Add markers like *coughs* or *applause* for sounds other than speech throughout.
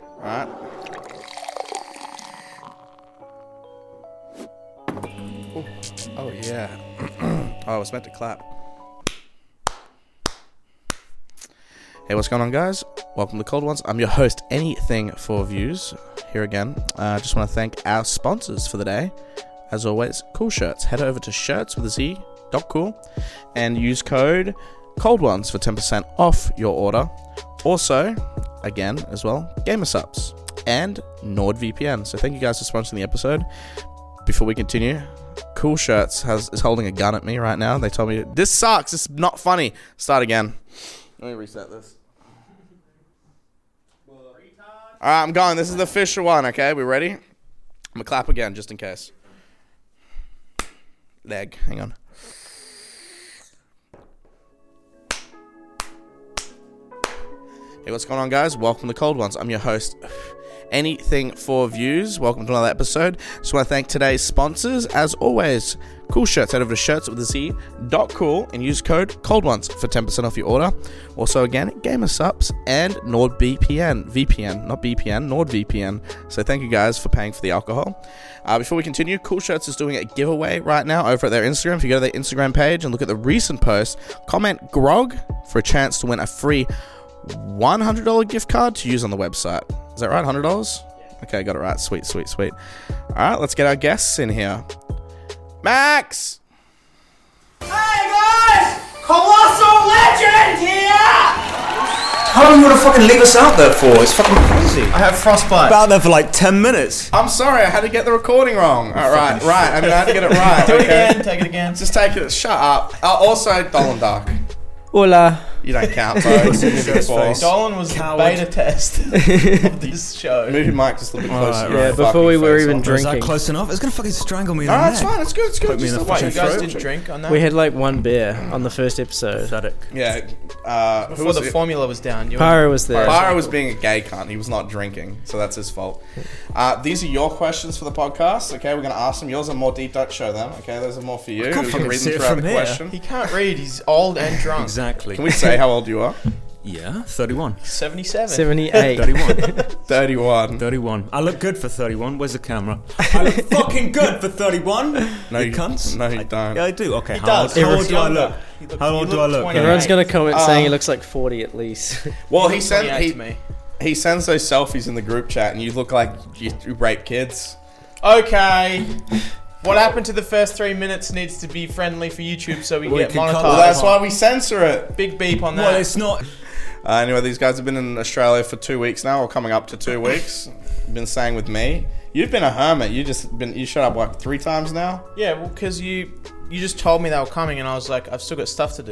right? Oh, oh yeah. *clears throat* oh, I was meant to clap. Hey, what's going on, guys? Welcome to Cold Ones. I'm your host, Anything for Views, here again. I uh, just want to thank our sponsors for the day. As always, Cool Shirts. Head over to shirts with a Z, dot cool, and use code Cold Ones for 10% off your order. Also, again, as well, Gamer Subs and NordVPN. So thank you guys for sponsoring the episode. Before we continue, Cool Shirts has, is holding a gun at me right now. They told me, this sucks, it's not funny. Start again. Let me reset this. All right, I'm going. This is the official one, okay? We ready? I'm going to clap again just in case. Leg. Hang on. Hey, what's going on, guys? Welcome to Cold Ones. I'm your host, Anything for Views. Welcome to another episode. Just want to thank today's sponsors, as always. Cool shirts. Head over to shirts with a Z dot cool and use code Cold Ones for 10% off your order. Also, again, Gamer Subs and NordVPN. VPN, not BPN, NordVPN. So, thank you guys for paying for the alcohol. Uh, before we continue, Cool Shirts is doing a giveaway right now over at their Instagram. If you go to their Instagram page and look at the recent post, comment GROG for a chance to win a free $100 gift card to use on the website. Is that right? $100? Okay, got it right. Sweet, sweet, sweet. All right, let's get our guests in here. Max! Hey guys! Colossal Legend here! How long you want to fucking leave us out there for? It's fucking crazy. I have frostbite. out there for like 10 minutes. I'm sorry, I had to get the recording wrong. All right, right. I mean, I had to get it right. Do it okay? again. Take it again. Just take it. Shut up. Uh, also, Dolan Dark. Hola. You don't count, bro. You're just a ball. Dolan was the beta *laughs* test of this show. Move your mic just a little bit closer. to your Yeah, fucking before we were face. even Is that drinking. close enough? It's gonna fucking strangle me. in All the right, it's neck. Ah, fine. It's good. It's good. me Just in the a What, fucking you guys throat. didn't drink on that? We had like one beer on the first episode. Pathetic. Yeah. Uh, who Before was the it? formula was down. You Pyro was there. Barra was being a gay cunt. He was not drinking, so that's his fault. Uh, these are your questions for the podcast. Okay, we're gonna ask them. Yours are more deep. Don't show them. Okay, those are more for you. can't You fucking read see them it throughout from the here. He question. can't read. He's old and drunk. Exactly. Can we say how old *laughs* you are? Yeah, 31. 77. 78. 31. Thirty-one. 31. I look good for 31. Where's the camera? I look fucking good for 31. No, you cunts. No, you Yeah, don't. I do. Okay, He how, Old, does. how He old looks do I younger. look? He look- How he old do I looked look? 28. Everyone's going to comment saying he Um, looks like 40 at least. *laughs* Well, he He's sent 28 he, to me. he sends those selfies in the group chat, and you look like you, you rape kids. Okay. What happened to the first three minutes needs to be friendly for YouTube so we We get can cut- monetized. Well, that's why we censor it. Big beep on Well, that. it's not. Uh, anyway, these guys have been in Australia for two weeks now, or coming up to two weeks. Been staying with me. You've been a hermit. You just been you shut up like three times now. yeah, well, because you you just told me they were coming and I was like, I've still got stuff to do.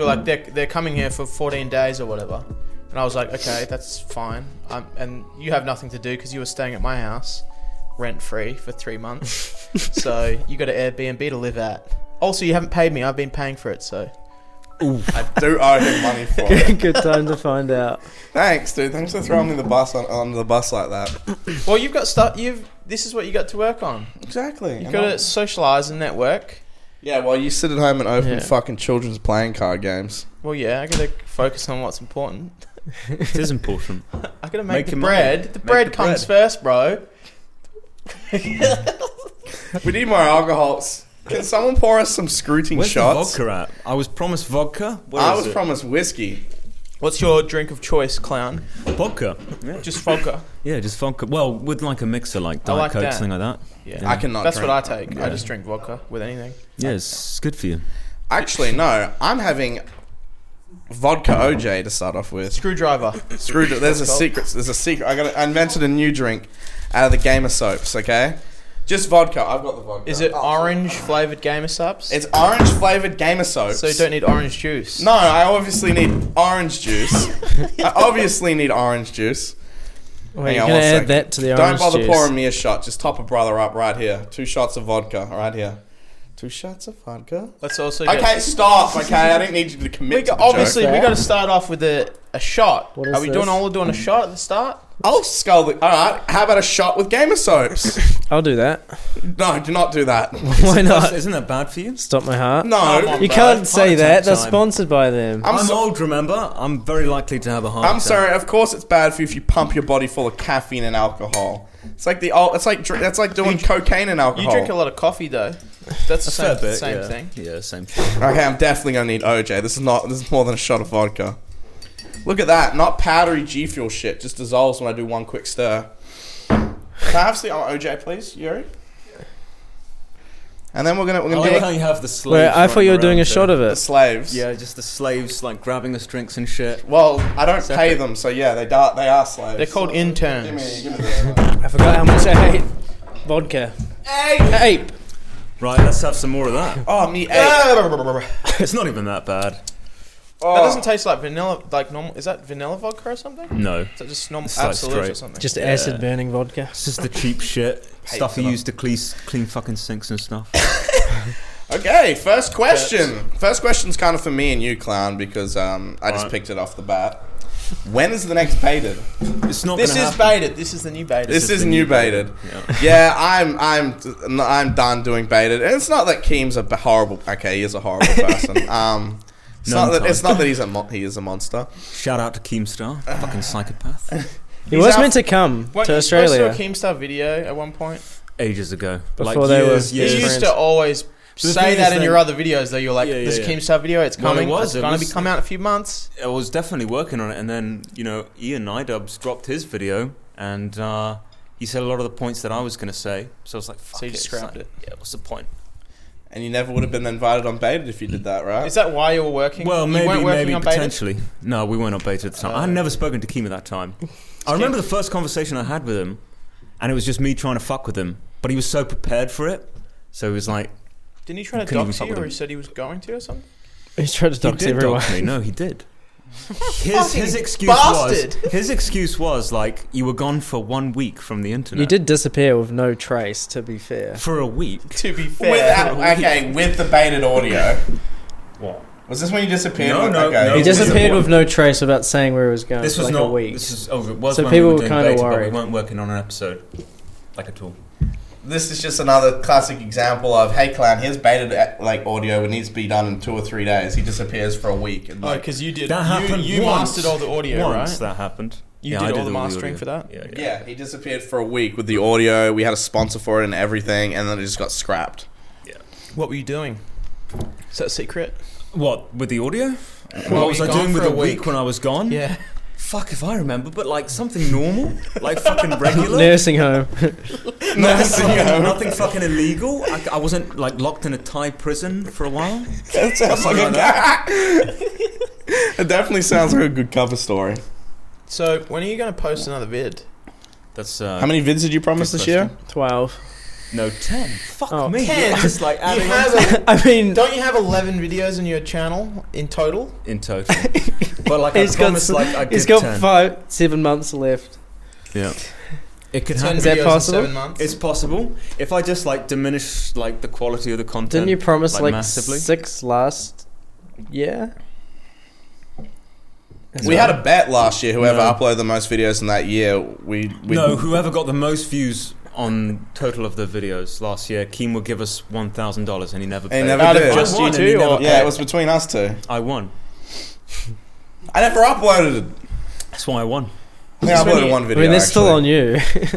Mm. were like, they're, they're coming here for 14 days or whatever. And I was like, okay, that's fine. Um, and you have nothing to do because you were staying at my house rent free for *laughs* three months. so you got an Airbnb to live at. Also, you haven't paid me. I've been paying for it, so. I do owe him money for it. Good time to find out. *laughs* Thanks, dude. Thanks for throwing me the bus on, under the bus like that. Well, you've got stuff. You've this is what you got to work on. Exactly. You got to socialize and network. yeah, well, you sit at home and open Yeah. fucking children's playing card *laughs* games. Well, yeah, I got to focus on what's important. It is important. I gotta make, Make the your money. bread. The Make bread the comes bread. first, bro. We need more alcohols. Can someone pour us some scrooting Where's shots? the vodka at? I was promised vodka. Where I is was it? promised whiskey. What's your drink of choice, clown? vodka. Yeah. Just vodka. yeah, just vodka. Well, with like a mixer, like I Diet like Coke, that. something like that. Yeah, I cannot That's drink what I take. I just drink vodka with anything. Yeah, it's, it's good for you. Actually, no. I'm having vodka OJ to start off *laughs* with. *laughs* Screwdriver. Screw. There's a secret. There's a secret. I got. I invented a new drink out of the gamer soaps. Okay, just vodka. I've got the vodka. Is it orange flavored gamer subs? It's orange flavored gamer soaps. so you don't need orange juice. No, I obviously need orange juice. I obviously need orange juice. Wait, Hang you're on going one to add sec. that to the Don't orange bother juice. pouring me a shot. Just top a brother up right here. Two shots of vodka right here. Two shots of vodka. Let's also get, Okay, stop. Okay, I didn't need you to commit. We to go, the obviously, joke. we got to start off with a, a shot. What Are is we this? doing all we're doing a shot at the start? I'll skull the. All right. How about a shot with gamer soaps? I'll do that. *laughs* no, do not do that. Why not? Isn't that bad for you? Stop my heart. No. on. You Bad. can't say Heart that. attack They're time. sponsored by them. I'm I'm, so- old, remember? I'm very likely to have a heart I'm attack. sorry. Of course, it's bad for you if you pump your body full of caffeine and alcohol. It's like the. old. It's like dr- that's like doing cocaine and You alcohol. drink a lot of coffee, though. That's the Fair same, bit, same yeah. thing. Yeah, same thing. Okay, I'm definitely gonna need OJ. This is not. This is more than a shot of vodka. Look at that. Not powdery G fuel shit. Just dissolves when I do one quick stir. Can I have the OJ, please, Yuri? And then we're gonna we're I Oh, gonna like do how like you have the slaves. Wait, I thought you were doing a shot of the it. slaves. Yeah, just the slaves like grabbing us drinks and shit. Well, I don't pay Separate. them, so yeah, they are they are slaves. They're called Give me, interns. give me this. I forgot how much I hate vodka. Ape. Ape. Right, let's have some more of that. *laughs* Oh, me ape. it's not even that bad. Oh. That doesn't taste like vanilla, like normal. Is that vanilla vodka or something? No. Is that just normal It's like absolute or straight. something? Just acid burning vodka. It's just the cheap shit. Stuff for you them. use to clean, clean fucking sinks and stuff. Okay, first question. First question's kind of for me and you, clown, because um, I just Alright. picked it off the bat. When is the next baited? It's not this gonna is happen. baited. This is the new baited. This, is is the new new baited. Yeah. yeah, I'm I'm I'm done doing baited, and it's not that Keem's a b- horrible. Okay, he is a horrible person. Um, it's None not that it's time. not that he's a mon he is a monster. Shout out to Keemstar, fucking psychopath. He He's was out- meant to come Weren't to you supposed Australia. do a Keemstar video at one point. Ages ago. Before they were- You Yeah. used to always The say thing that is in your that- other videos, though. You're like, Yeah, yeah, "There's a yeah. Keemstar video. It's Well, it coming. was, It's it gonna was- be coming out in a few months." I was definitely working on it, and then you know Ian Idubs dropped his video, and uh, he said a lot of the points that I was going to say. So I was like, "Fuck you it. just It's scrapped like, Yeah, what's the point? And you never would have been invited on baited if you did that, right? Is that why you were working? Uh, Well, you maybe, weren't working maybe on baited. potentially. No, we weren't on beta at the time. I Uh, had never spoken to Keem at that *laughs* time. I remember the first conversation I had with him, and it was just me trying to fuck with him. But he was so prepared for it, so he was like, Didn't he try to Couldn't even dox fuck you, with or him. he said he was going to, or something? He tried to "He dox did everyone. dox me." No, he *laughs* did. His, his Fucking excuse bastard. was his excuse was like you were gone for one week from the internet. You did disappear with no trace, to be fair. for a week. To be fair, Without- *laughs* uh, okay, with the baited audio. What? Was this when you disappeared? No, With- no, okay. no. He It was disappeared a- with no trace without saying where he was going This for was like not. a week. This is, oh, it was So when we people were were, doing kinda beta, but worried. we weren't working on an episode, like at all. This is just another classic example of hey clown, here's baited uh, like audio. It needs to be done in two or three days. He disappears for a week and like because Oh, you did. That happened. You, you once. mastered all the audio, Once right? that happened. You did all the mastering for that? Yeah, yeah. Yeah, he disappeared for a week with the audio. We had a sponsor for it and everything, and then it just got scrapped. What were you doing? Is that a secret? What with the audio? were what was you I gone doing with for the a week? week? when I was gone? Yeah. Fuck if I remember, but like something normal, like *laughs* fucking regular. *laughs* Nursing home. nothing, fucking, nothing fucking illegal. I, I wasn't like locked in a Thai prison for a while. That sounds like Something like *laughs* it definitely sounds like a good cover story. So when are you going to post another vid? That's uh, How many vids did you promise Good this year? 12. No, ten. Fuck Oh. me. 10. You're *laughs* Just like adding on *laughs* I mean, Don't you have 11 videos on your channel in total? in total. *laughs* But like he's I got, promised, like I did *laughs* he's got ten. five, seven months left. Yeah. It could 10 happen. Is that videos in possible? seven months? It's possible if I just like diminish like the quality of the content. Didn't you promise like, like, massively? six last year? We had a bet last year. Whoever No. uploaded the most videos in that year, we, we no, whoever got the most views on total of the videos last year, Keem would give us one thousand dollars, and he never. he paid. never Out did. of just I you won and he two, never or yeah, it was between us two. I won. I never uploaded. it. That's why I won. I think I uploaded you- one I video. mean, they're actually. still on *laughs* you.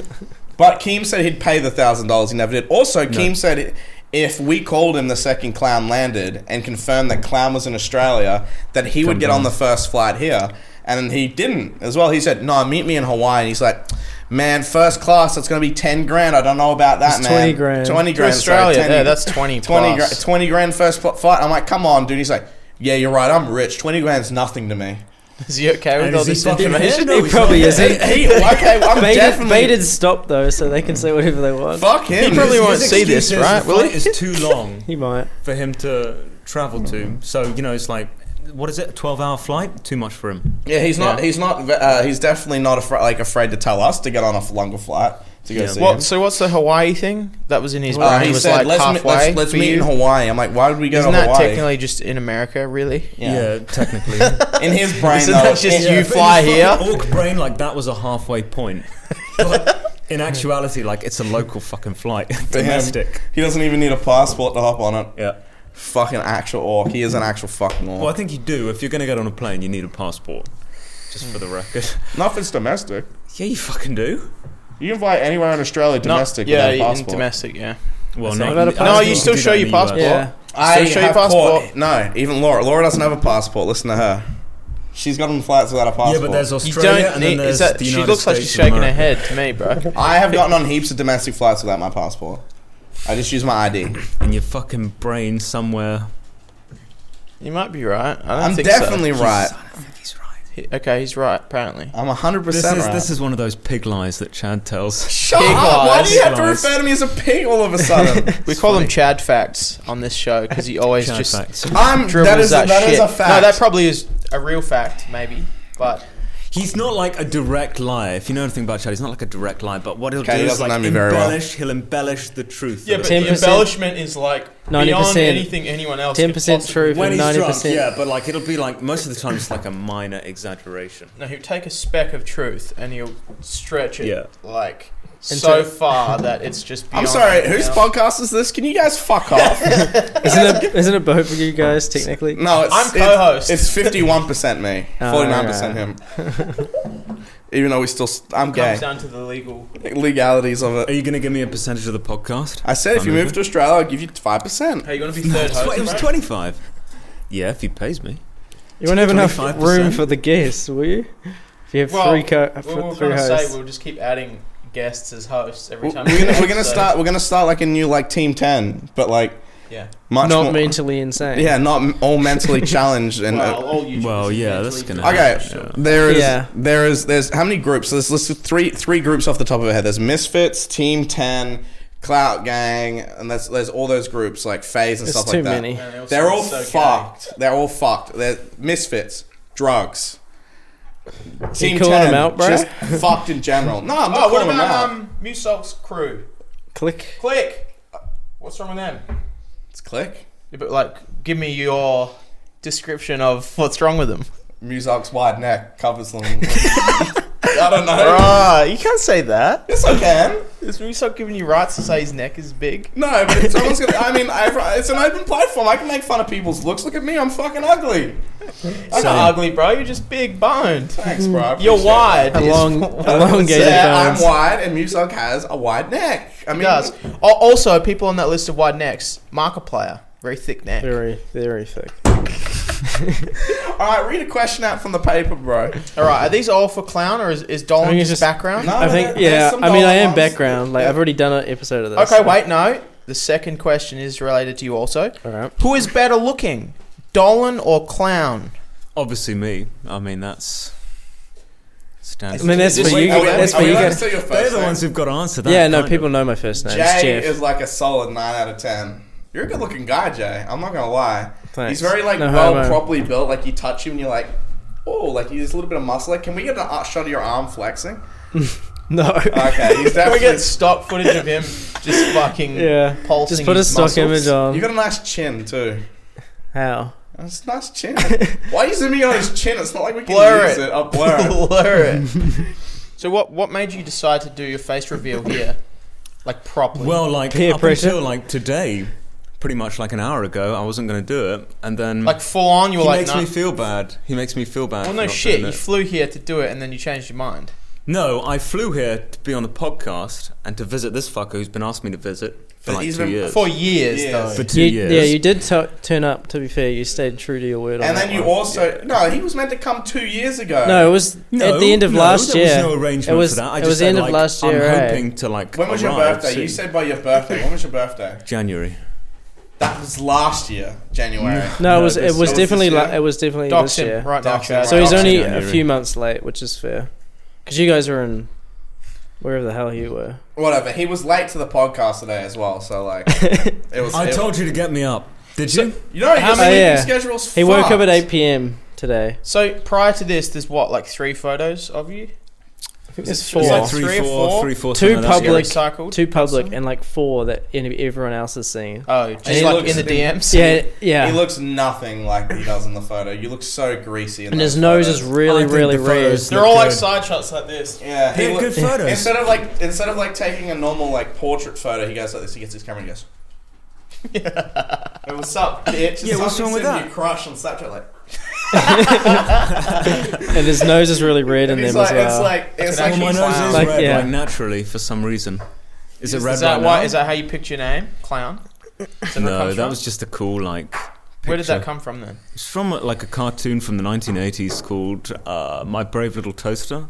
But Keem said he'd pay the thousand dollars. He never did. Also, Keem said if we called him the second clown landed and confirmed that clown was in Australia, that he would Come get down. on the first flight here, and he didn't as well. He said, "No, meet me in Hawaii." And he's like, "Man, first class. That's gonna be ten grand. I don't know about that, It's man. 20 grand. Twenty To grand. sorry, Australia, 10 yeah, that's 20 twenty grand. plus. Twenty grand first pl- flight." I'm like, "Come on, dude." He's like, "Yeah, you're right. I'm rich. Twenty grand's nothing to me." Is he okay with And all is he this fucking information? here? No, he he's probably *laughs* not. isn't. He, okay, *laughs* I'm Baited, definitely baited stopped though, so they can say whatever they want. Fuck him. He probably This- won't His see excuse this, is right, The will he? *laughs* flight is too long He might. Mm-hmm. for him to travel to. So you know, it's like what is it? A twelve-hour flight? Too much for him. Yeah, he's not. He's not. Uh, he's definitely not afraid, like afraid to tell us to get on a longer flight to go Yeah. see him. What? So what's the Hawaii thing that was in his Uh, brain? he was said, like "Let's meet, halfway let's, let's for meet you? in Hawaii." I'm like, "Why would we go Isn't to that Hawaii?" technically just in America, really? yeah. technically. *laughs* in his brain, Isn't though, that just yeah. you but fly in his here? fucking Orc brain, like that was a halfway point. *laughs* But in actuality, like it's a local fucking flight, *laughs* For him. domestic. He doesn't even need a passport to hop on it. Yeah. Fucking actual orc. He is an actual fucking orc. Well, I think you do. If you're going to get on a plane, you need a passport. Just for the record. *laughs* Not if it's domestic. yeah, you fucking do. You can fly anywhere in Australia Not- domestic yeah, without a in passport. domestic, yeah. Well, not about a I don't passport. think No, you can still do show that in your the US. passport. Yeah. I Still show your have passport. caught- no, even Laura. Laura doesn't have a passport. Listen to her. She's got on flights without a passport. Yeah, but there's You Australia don't and then need. there's Is that, the she United looks like she's States of shaking her America. head to me, bro. I have gotten on heaps of domestic flights without my passport. I just use my ID. In your fucking brain somewhere. You might be right. I don't I'm think definitely right. I don't think he's right. So. He- Okay, he's right. Apparently, I'm 100 This percent is right. this is one of those pig lies that Chad tells. Shut Pig up! Why do you lies. have to Lies. refer to me as a pig all of a *laughs* sudden? we call him Chad facts on this show because he always Chad just facts. I'm. dribbles That is that, that shit. is a fact. No, that probably is a real fact, maybe. But He's not like a direct liar. If you know anything about Chad, he's not like a direct liar. But what he'll Okay, he do is doesn't like know me very well. embellish. He'll embellish the truth. yeah, of but it. the 10%. embellishment is like beyond 90%. anything anyone else. could Ten percent possibly- true when for he's ninety drunk, yeah, percent. but like it'll be like most of the time it's like a minor exaggeration. No, he'll take a speck of truth and he'll stretch it Yeah. like so far that it's just. Beyond I'm sorry. anything Whose else. podcast is this? Can you guys *laughs* fuck off? Isn't it? Isn't it both of you guys technically? *laughs* No, it's, I'm it's- co-host. Ah. It's fifty-one percent me, Oh, forty-nine percent right. him. *laughs* Even though we still, st- I'm gay. Comes down to the legal. Legalities of Are it. you going to give me a percentage of the podcast? I said if you move to Australia, I'll give you five percent. Hey, you gonna be third host? it was bro? twenty five. Yeah, if he pays me. You won't have enough 25%. room for the guests, will you? If you have Well, three co- We were for three gonna say hosts. we'll just keep adding guests as hosts every We're time. gonna, we do we're gonna episodes. start. We're gonna start like a new like team ten, but like Yeah. much Not more. mentally insane. Yeah, not m- all *laughs* mentally challenged and. Well, uh, all YouTubers Well, are yeah, mentally that's going to. Okay, there is Yeah. there is there's how many groups? There's, there's three three groups off the top of my head. There's Misfits, Team Ten, Clout Gang, and there's there's all those groups like Phase and It's stuff too like that. many. And they also They're all so gay. fucked. They're all fucked. They're misfits, drugs. Team calling them out, bro? Just fucked in general. No, I'm not Oh, what calling them about out. um, Musol's crew? Click. Click. What's wrong with them? it's click. Yeah, but like, give me your description of what's wrong with them. Muzak's wide neck covers *laughs* them. I don't know. *laughs* Bruh, you can't say that. Yes, I can. Is Musol giving you rights to say his neck is big? No, but if someone's gonna. I mean, I, it's an open platform. I can make fun of people's looks. Look at me. I'm fucking ugly. That's not ugly, bro. You're just big boned. Thanks, bro. I You're appreciate wide. A is long, what a I long would gator say. Yeah, I'm bones. wide, and Muzak has a wide neck. I mean, He does. Al- Also, people on that list of wide necks, Markiplier, very thick neck. Very, very thick. all right. Read a question out from the paper, bro. All right, are these all for clown or is, is Dolan I think it's just, just- background? No, I no, think, there- yeah. there's some I mean, I dollar am ones. background. Like, Yeah. I've already done an episode of this. Okay, wait, no. The second question is related to you also. All right. Who is better looking, Dolan or clown? Obviously, me. I mean, that's I standard. mean, that's Is for this- you. are guys- we- That's are for we you allowed got to got- guys. say your They're first the name. ones who've got to answer that. Yeah. No, kind of. people know my first name. It's Jay Jeff. is like a solid nine out of ten. You're a good looking guy, Jay. I'm not gonna lie. Thanks. He's very like No well homo. properly built. Like you touch him and you're like, oh, like there's a little bit of muscle. Like, can we get an uh, shot of your arm *laughs* flexing? *laughs* No. Okay, he's Can we get definitely. stock footage of him *laughs* just fucking Yeah. pulsing Just put a his stock muscles? image You on. got a nice chin too. How? That's a nice *laughs* chin. Why are you zooming in on his chin? It's not like we can Blur use it. it. I'll blur *laughs* it. *laughs* Blur it. so what what made you decide to do your face reveal here? Like properly. Well, like Peer up pressure. until like today, pretty much like an hour ago, I wasn't going to do it, and then like full on you he were like makes nah. me feel bad. He makes me feel bad. Well for no not shit, doing you it. flew here to do it and then you changed your mind. No, I flew here to be on the podcast and to visit this fucker who's been asking me to visit for But like he's two been- years. For years Yes. though. for two You, years. yeah, you did t- *laughs* turn up. To be fair, you stayed true to your word. on And that then you one. also no, he was meant to come two years ago. No, it was No, at the end of no, last there year. Was no arrangement it was, for that. I it just was the said, end like, of last year. I'm right? hoping to like. When was your arrive birthday? You soon. said by your birthday. When was your birthday? January. That was last year, January. *laughs* No, it No, was this- it it was was definitely this la- year. it was definitely Dox this him year. right now, Dox him Chad. So he's Dox only him. a few months late, which is fair, because you guys were in wherever the hell you were. *laughs* Whatever. He was late to the podcast today as well, so like it was. I it- told you to get me up. Did So- you? You know, how How many- many yeah. schedules? He woke up at fucked. 8 p.m. today. So prior to this, there's what like three photos of you. I think there's It's four. like three, three or four, four? three, four, Two something like that. that public, you recycled? two public, Awesome. and like four that any, everyone else has seen. Oh, just And he like looks in the at him. DMs. Yeah, He yeah. looks nothing like he does in the photo. You look so greasy. In And those his nose is photos. really, I think really the red. photos They're look all like good. side shots like this. Yeah, he They're look- good photos. Instead of like instead of like taking a normal like portrait photo, he goes like this. He gets his camera and he goes, Hey, what's up, bitch? Yeah, what's wrong with Send that? Your crush on Snapchat, like, and his nose is really red in and them he's as like, well. *laughs* it's like, it's uh, an like, Well, my actually nose clown. is Like, red, yeah. like naturally for some reason. Is it red Is that right why? now? Is that how you picked your name, clown? Is where it no, comes that from? was just a cool like. Where did that picture. come from then? It's from uh, like a cartoon from the 1980s called uh, "My Brave Little Toaster,"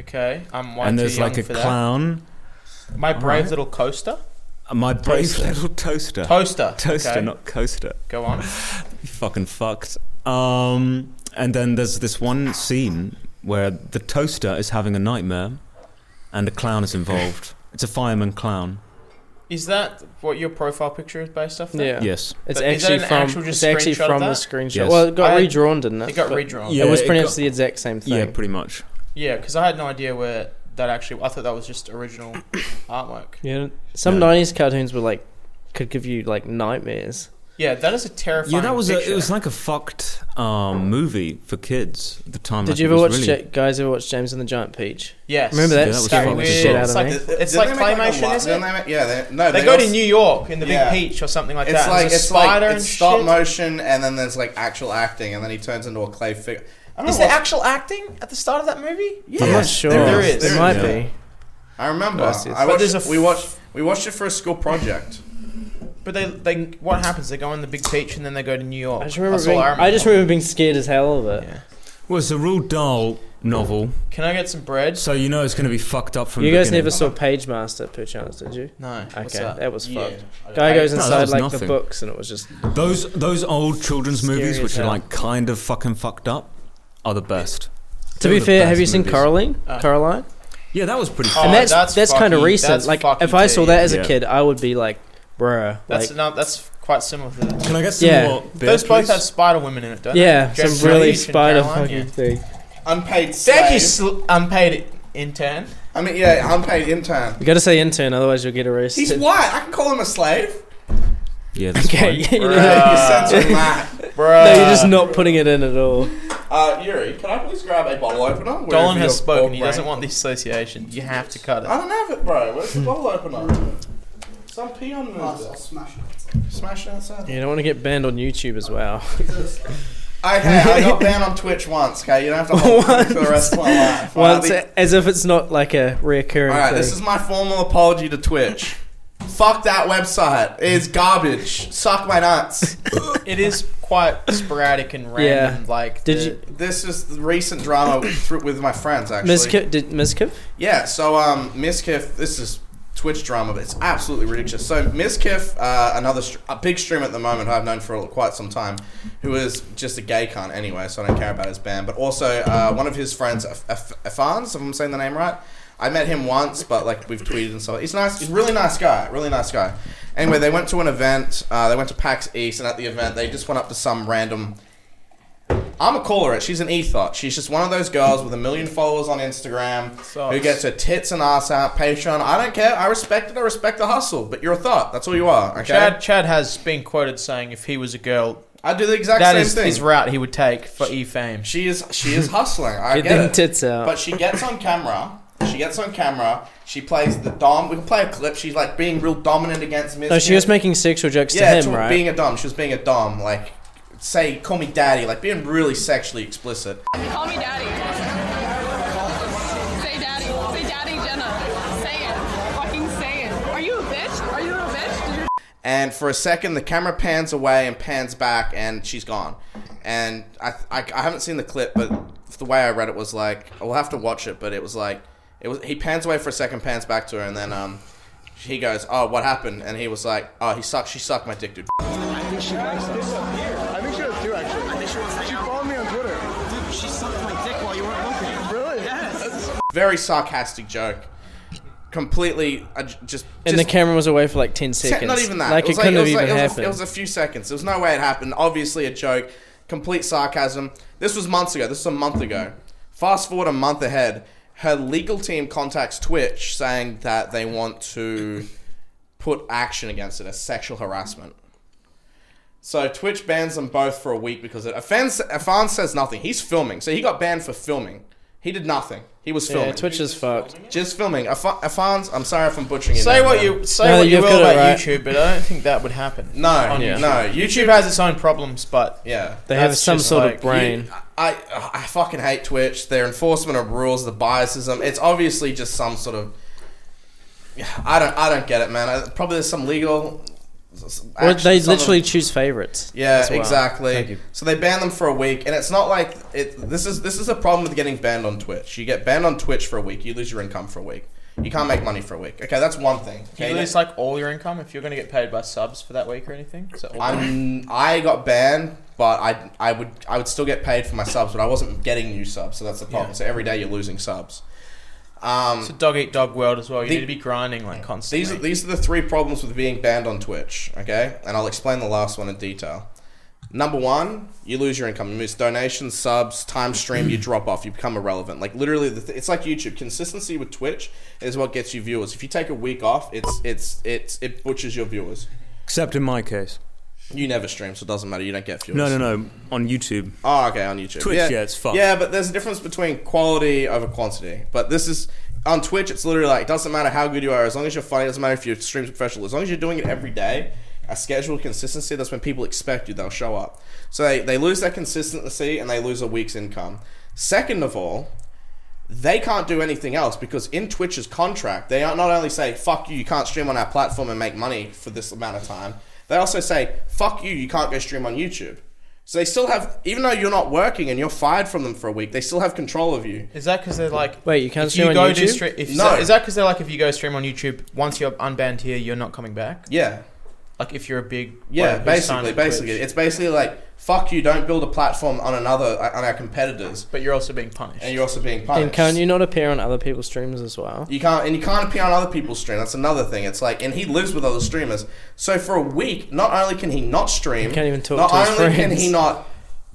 Okay, I'm way and too there's young like a for clown. that. My brave Alright. little coaster, Uh, My Brave Toaster. Little Toaster. toaster, toaster, Okay, not coaster. go on. You fucking fucked. Um, and then there's this one scene where the toaster is having a nightmare, and a clown is involved. It's a fireman clown. Is that what your profile picture is based off? Then? yeah. Yes. It's But is that actually an from actual just it's actually screenshot of from the that? screenshot. Yes. Well, it got I had- redrawn, didn't it? it got But redrawn. Yeah, it was it pronounced got- the exact same thing. Yeah, pretty much. Yeah, because I had no idea where that actually. I thought that was just *laughs* original artwork. Yeah. Some No. nineties cartoons were like could give you like nightmares. Yeah, that is a terrifying. Yeah, that was a, picture. it. Was like a fucked um, movie for kids at the time. Did Like, you it ever watch was really- Ja- guys ever watch James and the Giant Peach? yes. Remember Yeah, that, that was scared fucking the weird. shit out It's of like me? the- Didn't It's they like make, a claymation, lot- isn't didn't it? they make- yeah, they, no, They go to also- New York in the Yeah. Big Peach or something like It's that. like Like, it's spider like and it's stop shit. motion, and then there's like actual acting, and then he turns into a clay figure. I don't Is know there what- actual acting at the start of that movie? I'm Yeah, not sure. there is. There There might is. be. I remember. Yes, yes. I But watched, there's a we f- watched we watched it for a school project. But they, they, what happens? They go on the Big Peach and then they go to New York. I just remember That's being, all I I, remember. just remember being scared as hell of it. Yeah. Well, it's a real Dahl novel, Can I get some bread? so you know it's going to be fucked up from. You the guys beginning. never saw Page Master, perchance, did you? No. Okay, What's that? was Yeah. fucked. Guy goes No, that inside was like the nothing. books, and it was just Those those old children's Scary movies, as which are hell. like kind of fucking fucked up, are the best. To They be were the fair, best have you seen movies. Caroline? Uh, Caroline? Yeah, that was pretty. Oh, Fun. and that's that's, that's kind of fucking- recent. that's like fucking if I saw tea. that as a Yeah. kid, I would be like, bruh. That's like, no, that's quite similar to that. Can I get some Yeah. more? Beer, Those both please? have spider women in it, don't yeah, they? Jack some really Reach and spider Caroline, fucking yeah. thing. Unpaid. Thank you, slave. sl- unpaid intern. *laughs* I mean, yeah, unpaid intern. You got to say intern, otherwise you'll get arrested. *laughs* He's white. I can call him a slave. Yeah, that's okay, fine. *laughs* you know, You're censoring that. Bruh. *laughs* no, you're just not putting it in at all. Uh, Yuri, can I please grab a bottle opener? Wherever Dolan your has spoken. He ball doesn't brain- want the association. You have to cut *laughs* I it. don't have it, bro. Where's the bottle opener? Some peon moved I'll it. smash it. Smash it outside. You don't want to get banned on YouTube as well. Okay, *laughs* I got banned on Twitch once. Okay, Oh, you don't have to hold me for the rest of my *laughs* life. Alright, *laughs* Once, the- as if it's not like a reoccurring All right, thing. this is my formal apology to Twitch. Fuck that website. It's garbage. Suck my *laughs* nuts. It is quite sporadic and random. Like, Did the- you- this is the recent drama through, with my friends, actually. Miskiv, did Miskiv? Yeah, so um, Miskiff, this is Twitch drama, but it's absolutely ridiculous. So Miskiff, uh, another str- a big stream at the moment who I've known for quite some time, who is just a gay cunt anyway, so I don't care about his band. But also uh, one of his friends, Af- Af- Afans, if I'm saying the name right. I met him once, but like we've tweeted and so he's nice. He's a really nice guy, really nice guy. Anyway, they went to an event. Uh, they went to PAX East, and at the event, they just went up to some random I'm a caller it. She's an ethot. She's just one of those girls with a million followers on Instagram Sucks. who gets her tits and ass out. Patreon. I don't care. I respect it. I respect the hustle. But you're a thought. That's all you are. Okay. Chad, Chad has been quoted saying if he was a girl, I do the exact that same is thing. his route he would take for e fame. She is. She is hustling. I *laughs* Get get them it. tits out. But she gets on camera. She gets on camera. She plays the dom. We can play a clip. She's like being real dominant against Miss. no, she was making sexual jokes yeah, to him, to right? being a dom. She was being a dom. Like, say, call me daddy. Like being really sexually explicit. Call me daddy. Say daddy. Say daddy, Jenna. Say it. Fucking say it. Are you a bitch? Are you a bitch? Did you And for a second, the camera pans away and pans back, and she's gone. And I, I, I haven't seen the clip, but the way I read it was like, we'll have to watch it. But it was like, it was he pans away for a second, pans back to her, and then um, he goes, "Oh, what happened?" And he was like, "Oh, he sucked. She sucked my dick, dude." I think she does too, actually. I think she wants to She followed me on Twitter. Dude, she sucked my dick while you weren't looking. Really? Yes. Very sarcastic joke. completely uh, j- just and the just camera was away for like ten Te- seconds. Not even that. Like it, was couldn't was have even it was a- happened. it was a few seconds. There was no way it happened. Obviously a joke, complete sarcasm. This was months ago. This was a month ago. Fast forward a month ahead. Her legal team contacts Twitch saying that they want to put action against it as sexual harassment. So Twitch bans them both for a week because it offends. Afan says nothing. He's filming, so he got banned for filming. He did nothing. He was filming. yeah, Twitch is fucked. just filming. Afa- Afan's. I'm sorry if I'm butchering it. Say what you say No, what you you've will got it about right. YouTube, but I don't think that would happen. No, on yeah. YouTube. no. YouTube has its own problems, but Yeah. They have That's some just sort like- of brain. You- I, I I fucking hate Twitch. Their enforcement of rules, the biasism. It's obviously just some sort of. I don't I don't get it, man. I, probably there's some legal. Well, they some of- literally choose favorites. Yeah, as well. exactly. Thank you. So they ban them for a week, and it's not like it. This is this is a problem with getting banned on Twitch. You get banned on Twitch for a week, you lose your income for a week. You can't make money for a week. Okay, that's one thing. you Okay, lose like all your income if you're going to get paid by subs for that week or anything. So I'm I got banned, but I I would I would still get paid for my subs, but I wasn't getting new subs, so that's the problem. So every day you're losing subs. Um, it's a dog eat dog world as well. You The- need to be grinding like constantly. these are these are the three problems with being banned on Twitch. Okay, and I'll explain the last one in detail. Number one, you lose your income. You miss donations, subs, time stream. *clears throat* You drop off. You become irrelevant. Like literally, the th- it's like YouTube. Consistency with Twitch is what gets you viewers. If you take a week off, it's it's it's it butchers your viewers. Except in my case. You never stream, so it doesn't matter. You don't get viewers. No, no, no. On YouTube. Oh, okay, on YouTube. Twitch, yeah, it's fucked. Yeah, but there's a difference between quality over quantity. But this is on Twitch. It's literally like it doesn't matter how good you are, as long as you're funny. It doesn't matter if your stream's professional. As long as you're doing it every day, a scheduled consistency. That's when people expect you. They'll show up. So they, they lose that consistency and they lose a week's income. Second of all, they can't do anything else because in Twitch's contract, they not only say "fuck you," you can't stream on our platform and make money for this amount of time. They also say "fuck you," you can't go stream on YouTube. So they still have, even though you're not working and you're fired from them for a week, they still have control of you. Is that because they're like? Wait, you can't if stream you on go YouTube? To stre- if No. is that because they're like if you go stream on YouTube once you're unbanned here, you're not coming back? Yeah, Like if you're a big yeah. whatever, sign basically, on basically, Twitch, it's basically like "fuck you." Don't build a platform on another on our competitors, but you're also being punished. and you're also being punished. And can't you not appear on other people's streams as well? Oh, You can't, and you can't appear on other people's stream. That's another thing. It's like, and he lives with other streamers. So for a week, not only can he not stream, He can't even talk Not to his only can friends. he not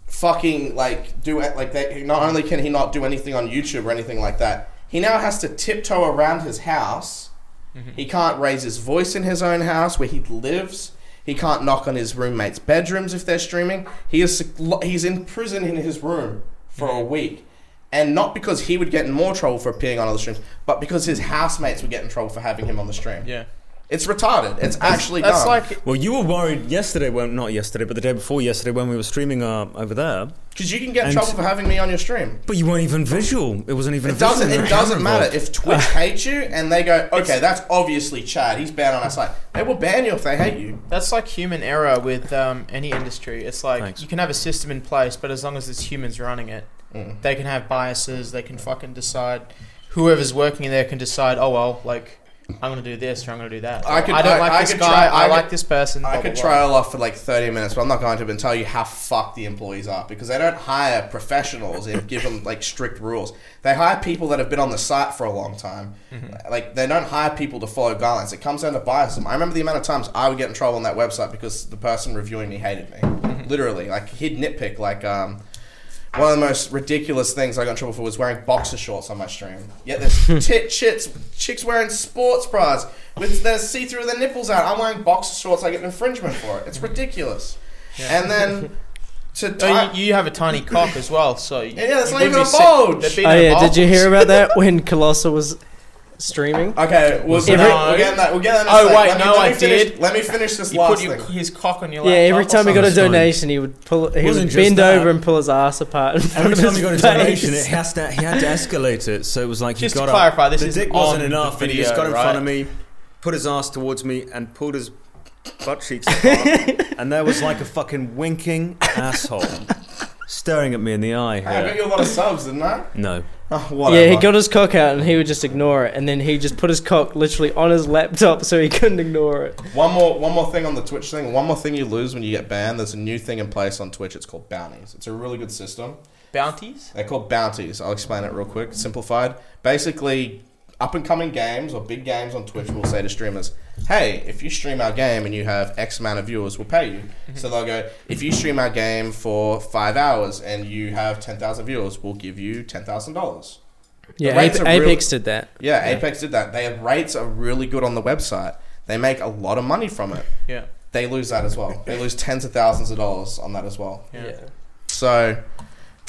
fucking like do it like that. Not only can he not do anything on YouTube or anything like that. He now has to tiptoe around his house. Mm-hmm. He can't raise his voice in his own house where he lives. He can't knock on his roommates' bedrooms if they're streaming. He is sec- lo- he's in prison in his room for Mm-hmm. a week, and not because he would get in more trouble for appearing on other streams, but because his housemates would get in trouble for having him on the stream. yeah, it's retarded. It's actually that's dumb. like Well, you were worried yesterday, well, not yesterday, but the day before yesterday when we were streaming uh, over there. because you can get in and- trouble for having me on your stream. But you weren't even visual. It wasn't even a It visual. doesn't. There It were doesn't cameras matter involved. if *laughs* Twitch hates you and they go, okay, that's obviously Chad. He's banned on our site. They will ban you if they hate you. That's like human error with um, any industry. It's like Thanks. you can have a system in place, but as long as there's humans running it, Mm. they can have biases. They can fucking decide. Whoever's working in there can decide. Oh well, like I'm gonna do this or I'm gonna do that. I could- don't I- like I this could guy. try- I, I like could- this person. I blah, could blah, blah. trail off for like 30 minutes, but I'm not going to and tell you how fucked the employees are because they don't hire professionals and give them like strict rules. They hire people that have been on the site for a long time. Like they don't hire people to follow guidelines. It comes down to biasism. I remember the amount of times I would get in trouble on that website because the person reviewing me hated me. Literally, like he'd nitpick. Like um, one of the most ridiculous things I got in trouble for was wearing boxer shorts on my stream. Yet *laughs* there's tit chits, chicks wearing sports bras with their see through their nipples out. I'm wearing boxer shorts. I get an infringement for it. It's ridiculous. And *laughs* then to Oh, type, you, you have a tiny cock as *laughs* well, so yeah, that's you not would even be a sick- bulge. that'd be Oh no yeah, did you bulge. hear about that when Colossal was streaming? okay, we'll, Every- we'll get that. We'll get that. in a Oh, sec. wait, Let me- no, let me I finish- did. Let me finish this You last put your, *laughs* thing. his cock on your Yeah, laptop every or time he got a Palestine. something. donation, he would pull, Wasn't he would just bend that. over and pull his ass apart. And Every time he got a his donation, *laughs* face. it has to, he had to escalate it. So it was like Just he got to clarify, up. this the is dick wasn't on enough, the and he just got in video, front of right? me, put his ass towards me, and pulled his butt cheeks *laughs* apart. and there was like a fucking winking asshole staring at me in the eye. Hey, I here. got you a lot of subs, didn't *laughs* I? No, Oh, Yeah, whatever. he got his cock out and he would just ignore it, and then he just put his cock literally on his laptop so he couldn't ignore it. One more, one more thing on the Twitch thing. One more thing you lose when you get banned. There's a new thing in place on Twitch. It's called bounties. It's a really good system. Bounties? They're called bounties. I'll explain it real quick, simplified. Basically, up and coming games or big games on Twitch will say to streamers, "Hey, if you stream our game and you have X amount of viewers, we'll pay you." So they'll go, "If you stream our game for five hours and you have ten thousand viewers, we'll give you ten thousand dollars." Yeah, rates Ape- are real- Apex did that. Yeah, Apex did that. Their rates are really good on the website. They make a lot of money from it. Yeah. They lose that as well. They lose tens of thousands of dollars on that as well. Yeah. So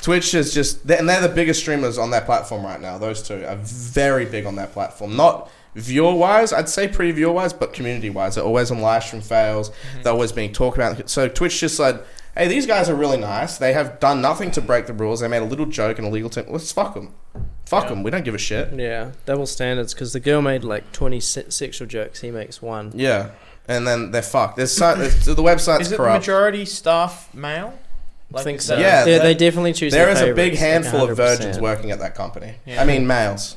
Twitch is just, and they're the biggest streamers on that platform right now. Those two are very big on that platform. Not viewer wise, I'd say pretty viewer wise, but community wise. They're always on live stream fails. Mm-hmm. They're always being talked about. So Twitch just said, hey, these guys are really nice. They have done nothing to break the rules. They made a little joke and a legal term. Let's fuck them. Fuck them. We don't give a shit. Yeah, double standards because the girl made like 20 se- sexual jokes. He makes one. Yeah. And then they're fucked. There's *laughs* so, there's, the website's Is it corrupt. the majority staff male? I think is so. that- Yeah, they, that- they definitely choose. there their is a big favourites, like handful of 100%. virgins working at that company. Yeah. I mean, males.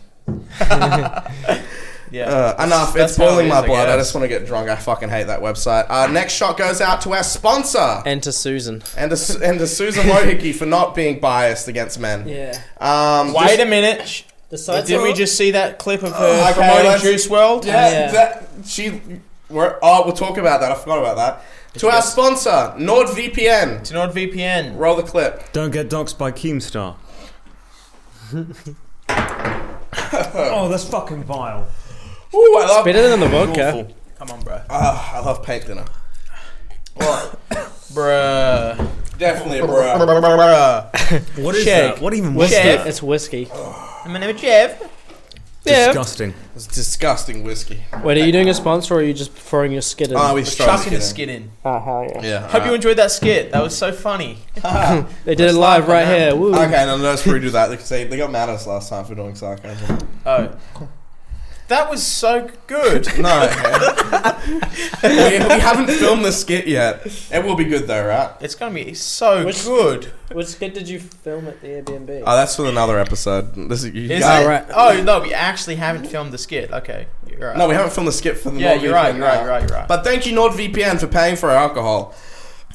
Yeah. Uh, enough. That's it's how boiling it is, my I blood. I, guess. just want to get drunk. I fucking hate that website. Our next shot goes out to our sponsor And to Susan. and to, Su- and to Susan Mohickey for not being biased against men. Yeah. Um, Wait just- a minute. Sh- The site's Didn't we just see that clip of Oh, I forgot her promoting that's- Juice World? Yeah, Yeah. that she. We're, oh, we'll talk about that. I forgot about that. to our sponsor, NordVPN. To NordVPN. Roll the clip. Don't get doxxed by Keemstar. oh, that's fucking vile. Ooh, I love. better than the vodka. Come on, bro. Ah, I love paint thinner. Bruh. Definitely, bro. Bruh. What is Shag. that? What even was Whiskey. Chef. It's whiskey. My name is Jeff. Yeah. disgusting? It's disgusting whiskey. Wait, are you doing a sponsor or are you just throwing your skid in? Oh, we struck Chucking the skid in. Oh, hell yeah. Yeah. Hope you enjoyed that skit. That was *laughs* so funny. They did it live right man. here. Woo. Okay, no, let's redo that because they, they got mad at us last time for doing sarcasm. Oh. That was so good. No. *laughs* we, we haven't filmed the skit yet. It will be good though, right? It's gonna be so Which- good. Which skid did you film at the Airbnb? Oh, that's for another episode. This is, you Is guys- it? right. Oh no, we actually haven't filmed the skit. Okay, you're right. No, we haven't filmed the skit for the Yeah, NordVPN you're right, you're right, now. you're right, you're right. But thank you, NordVPN, for paying for our alcohol.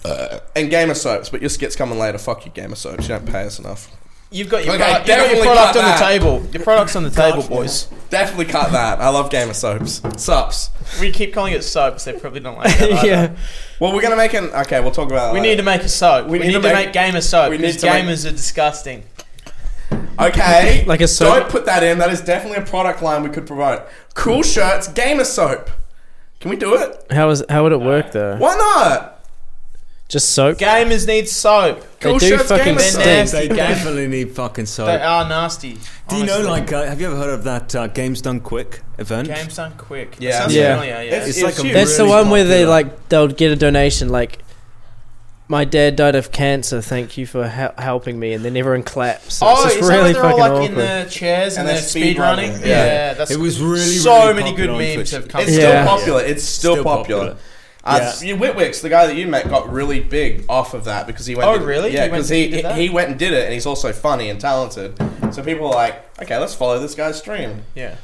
Uh, and gamer soaps, but your skit's coming later. Fuck you, gamer soaps. You don't pay us enough. You've got your, Okay, pro- you've got your definitely product cut on the that. table. Your product's on the table, boys. Definitely cut that. I love gamer soaps. Sups. We keep calling it soap because they probably don't *laughs* like that. yeah. *laughs* yeah. Well, we're gonna make an. Okay, we'll talk about. That We later. need to make a soap. We, need, to make, gamer soap we need because to make- gamers are disgusting. *laughs* Okay. Like a soap? Don't put that in. That is definitely a product line we could promote. Cool shirts, gamer soap. Can we do it? How is how would it Uh, work though? Why not? Just soap. Gamers need soap. They Cool do shirts, fucking gamer stink. stink. Nasty They game. definitely need fucking soap. They are nasty. Do you know, honestly. like, uh, have you ever heard of that uh, Games Done Quick event? games done quick? That Yeah. sounds Yeah. familiar, yeah. It's, It's it's like a huge. That's the really one where they popular. like they'll get a donation like my dad died of cancer. Thank you for hel- helping me, and then everyone claps. So Oh, it's is just that when really they're all fucking like in awkward. the chairs and, And they're they're speed speed running? running, Yeah, yeah. that's It was really, so really many good popular on memes Twitch. have come. It's from Yeah. still popular. It's still, Still popular. popular. Uh, you- Whitwicks, the guy that you met, got really big off of that because he went. Oh, and- really? Yeah, He went because and he did he, that? he went and did it, and he's also funny and talented. So people were like, okay, let's follow this guy's stream. Yeah.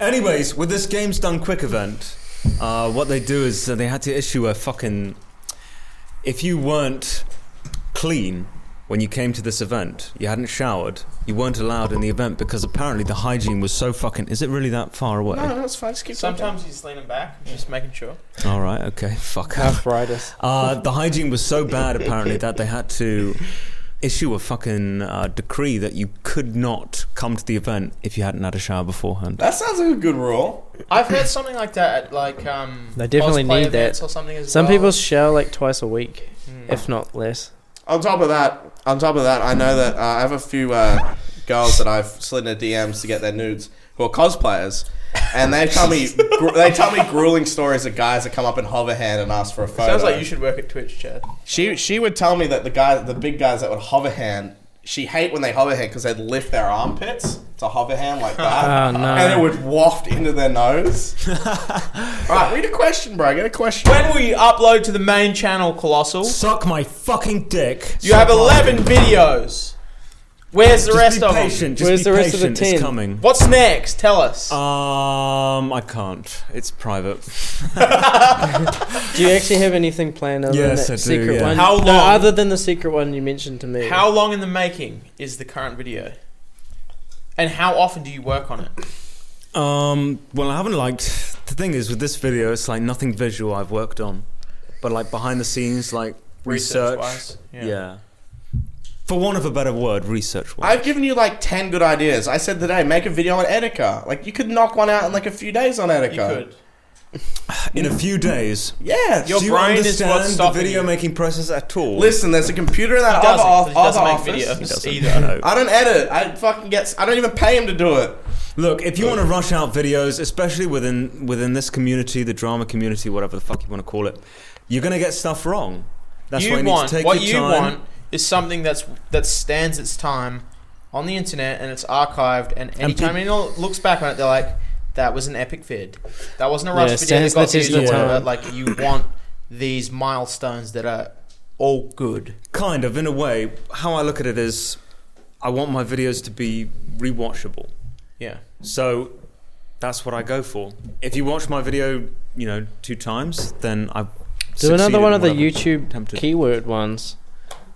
Anyways, with this Games Done Quick event, uh, what they do is uh, they had to issue a fucking. If you weren't clean when you came to this event, you hadn't showered, you weren't allowed in the event because apparently the hygiene was so fucking. Is it really that far away? No, no, it's fine. Just keep Sometimes he's leaning back, just making sure. All right, okay, fuck off. Arthritis. Uh, the hygiene was so bad, apparently, that they had to issue a fucking uh, decree that you could not come to the event if you hadn't had a shower beforehand. Uh, That sounds like a good rule. I've heard something like that at like um. They definitely cosplay need events that. Or something as Some well. people shower like twice a week, Hmm. if not less. On top of that, on top of that, I know that uh, I have a few uh, girls that I've slid into DMs to get their nudes who are cosplayers, and they tell me gr- they tell me grueling stories of guys that come up and hover hand and ask for a photo. Sounds like you should work at Twitch, Chad. She she would tell me that the guy the big guys that would hover hand. She hate when they hover hand because they'd lift their armpits to hover hand like that, *laughs* Oh, no. and it would waft into their *laughs* nose. All right, read a question, bro. Get a question. When will you upload to the main channel, Colossal? Suck my fucking dick. You have 11 videos. Where's the rest be of them? patient. Just Where's be the rest of the patient. It's 10? coming. What's next? Tell us. Um, I can't. It's private. Do you actually have anything planned other Yes, I do, than that secret yeah. one? How No, long? other than the secret one you mentioned to me. how long in the making is the current video? And how often do you work on it? Um, well, I haven't liked. The thing is, with this video, it's like nothing visual I've worked on, but like behind the scenes, like research. Research-wise, yeah. yeah. For want of a better word, research wise. I've given you like 10 good ideas. I said today, make a video on Etika. Like, you could knock one out in like a few days on Etika. You could. In a few days. Yeah. Your do you brain is what's understand the stopping video you. making process at all? Listen, there's a computer in that He other, doesn't, 'cause off- he other doesn't make office. videos doesn't. *laughs* either. No. I don't edit. I fucking get. I don't even pay him to do it. Look, if you want to rush out videos, especially within within this community, the drama community, whatever the fuck you want to call it, you're gonna get stuff wrong. That's you why you need want to take what your you time. want is something that's that stands its time on the internet and it's archived and pe- anytime anyone looks back on it they're like that was an epic vid that wasn't a rush Yeah, it video that stands got the test views or of whatever time. like you want these milestones that are all good Kind of, in a way, how I look at it is, I want my videos to be rewatchable. yeah So that's what I go for. If you watch my video, you know, two times, then I Do another one of the YouTube keyword ones.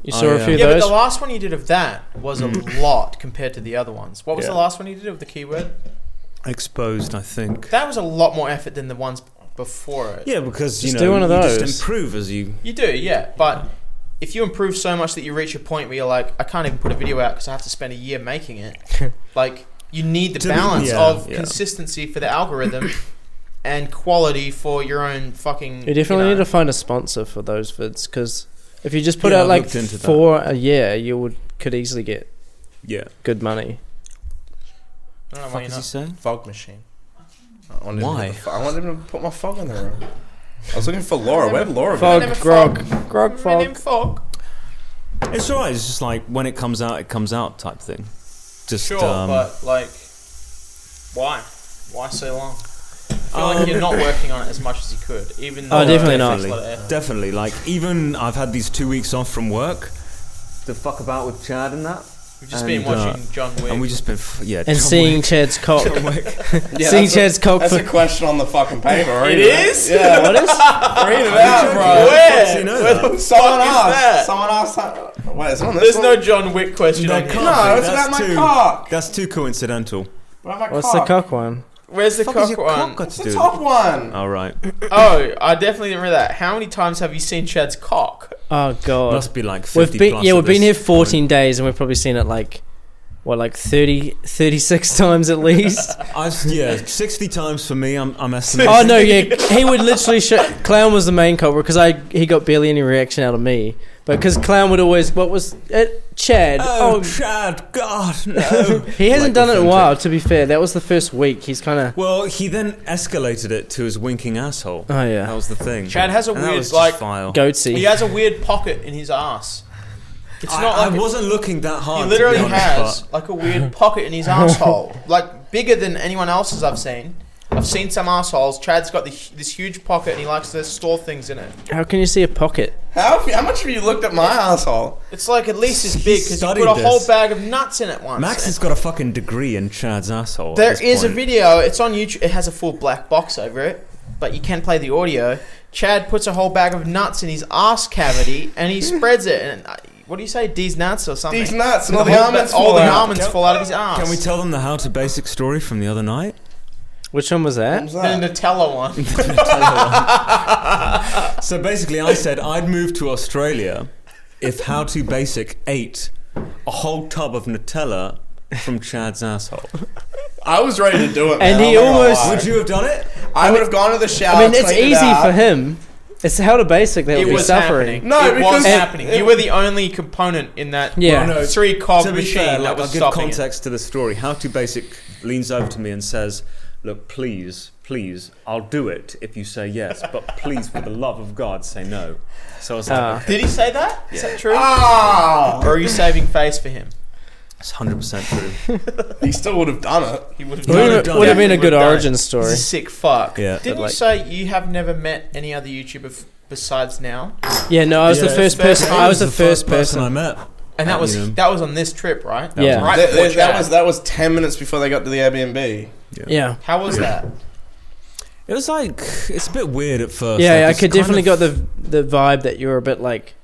You Oh, saw yeah. a few yeah of but those. the last one you did of that was a lot compared to the other ones what was Yeah. the last one you did of the keyword exposed. I think. that was a lot more effort than the ones before it Yeah, because you Just know, do one of you those. just improve as you. You do, yeah. But if you improve so much that you reach a point where you're like, I can't even put a video out because I have to spend a year making *laughs* it, like you need the To be- balance yeah, of yeah. consistency for *coughs* the algorithm and quality for your own fucking. You definitely Mm. you know- need to find a sponsor for those vids because if you just put Yeah, I out like looked into that. four a year, you would could easily get Yeah. good money. I don't know why Fuck you're is he not. saying? Fog machine. I wanted him Why? to- I wanted him to put my fog in the room. I was looking for Laura. Where'd Laura go? Fog, never grog, grog, My name fog. Fog. It's alright. It's just like when it comes out, it comes out type thing. Just Sure, um, but like, why? Why so long? I feel Um, like you're not working on it as much as you could, even though Oh, definitely not. it's a lot of effort. definitely. Like even I've had these two weeks off from work. The fuck about with Chad and that, We've just And, been watching uh, John Wick. and we just been f- yeah. And John seeing Wick. Chad's cock. John *laughs* Wick. Yeah, seeing that's a- Chad's cock That's for a question on the fucking paper. it Read is. *laughs* Yeah. what is? Read it out, bro. Where? You know that. Someone fuck is asked. that? Someone asked. that- Wait, is it on this There's one? no John Wick question No, on here. can't No, be. it's That's about my too- cock. That's too coincidental. What about my What's the cock one? Where's the Fuck is cock your one? cock got It's to the do? top one. All right. Oh, I definitely didn't read that. How many times have you seen Chad's cock? Oh god, Must be like 50 we've been plus yeah at we've been here this 14 days and we've probably seen it like what like 30, 36 *laughs* times at least. point. I've, *laughs* yeah, 60 times for me. I'm, I'm estimating. oh no, yeah, he would literally. Sh- Clown was the main culprit because I he got barely any reaction out of me, but because Clown would always what was it Chad? Oh, Oh, Chad, God, no. *laughs* he Like hasn't done it in a authentic. while. To be fair, that was the first week. He's kind of Well, he then escalated it to his winking asshole. Oh, yeah. that was the thing. Chad has a And that weird, was just like- Vile. goatsy. He has a weird pocket in his ass. It's I, not I like a- wasn't looking that hard. he to be literally honest, has but- like a weird pocket in his *laughs* asshole, like bigger than anyone else's I've seen. I've seen some assholes. Chad's got the, hu- this huge pocket and he likes to store things in it. How can you see a pocket? How, how much have you looked at my asshole? It's like at least as He big because he put studied a this. whole bag of nuts in it once. Max has got a fucking degree in Chad's asshole. at There this is a point. video. It's on YouTube. It has a full black box over it, but you can play the audio. Chad puts a whole bag of nuts in his ass cavity and he spreads it. And uh, what do you say? These nuts or something? These nuts and And all the whole- almonds all fall the out. almonds Can- fall out of his ass. Can we tell them the how to basic story from the other *laughs* night? Which one was that? What's that? the Nutella one? So basically, I said I'd move to Australia if How to Basic ate a whole tub of Nutella from Chad's asshole. I was ready to do it, man. And he I'm not gonna almost- lie. Would you have done it? I would have gone to the shower. I mean, it's cleaned it easy up. for him. It's how to basic that It would be was suffering. happening. No, it because- was happening. it- you were the only component in that Yeah. Well, no, three cog to be machine fair, that like, was I'll give stopping it. context to the story. How to Basic leans over to me and says, "Look, please, please, I'll do it if you say yes, but please, for the love of God, say no." So I was like, Ah. okay, Did he say that? Is that true? Ah, Or are you saving face for him? "It's hundred percent true." he still would have done it. He would have No, done no, it. Would, would have been a good Definitely would've done it. origin story. He's a sick fuck. Yeah. Didn't But, you like- say you have never met any other YouTuber f- besides now? Yeah, no, I was the Yeah. first person. I was the first person. I met. And that was Yeah. that was on this trip, right? Yeah. Right That- before that, that Chad. was that was ten minutes before they got to the Airbnb. Yeah, How was that? It was like it's a bit weird at first. yeah, like, I it's could kind definitely of- got the the vibe that you were a bit like,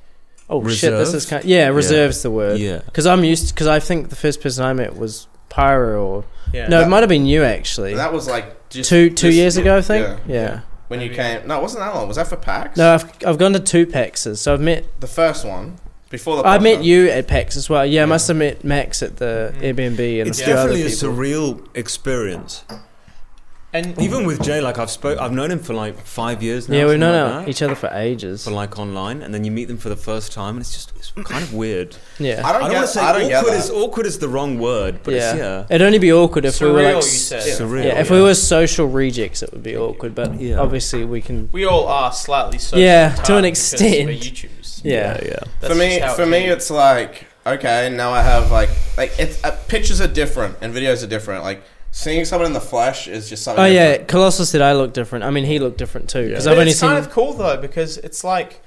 oh shit, this is Reserved? kind. Yeah, reserves the word. Yeah. because I'm used because I think the first person I met was Pyro or Yeah. No, That- it might have been you actually. That was like just two two this years year. ago, I think. Yeah. Yeah. When you came, no, it wasn't that long. Was that for PAX? No, I've, I've gone to two PAXs. So I've met the first one before the. I met podcast. you at PAX as well. Yeah, I must have met Max at the Airbnb and It's a few other definitely a people. surreal experience. And Even with Jay, like I've spoke, I've known him for like five years now. yeah, we've something known e-, like that, each other for ages. for like online, and then you meet them for the first time, and it's just it's kind of weird. Yeah, I I don't, don't get. want to say I don't get awkward that. is awkward is the wrong word, but yeah. it's yeah. It'd only be awkward if we were Surreal, like you s- said. Surreal. yeah, if we were social rejects, it would be awkward. But Yeah. obviously, we can. we all are slightly so. Yeah, to an We're extent. YouTubers. Yeah, yeah. That's for me, just how it for me, came. it's like okay, now I have like like it's uh, pictures are different and videos are different. Like seeing someone in the flesh is just something. Oh yeah, different. Colossus said I look different. I mean, he looked different too because But I've only it's seen. kind of cool though because it's like,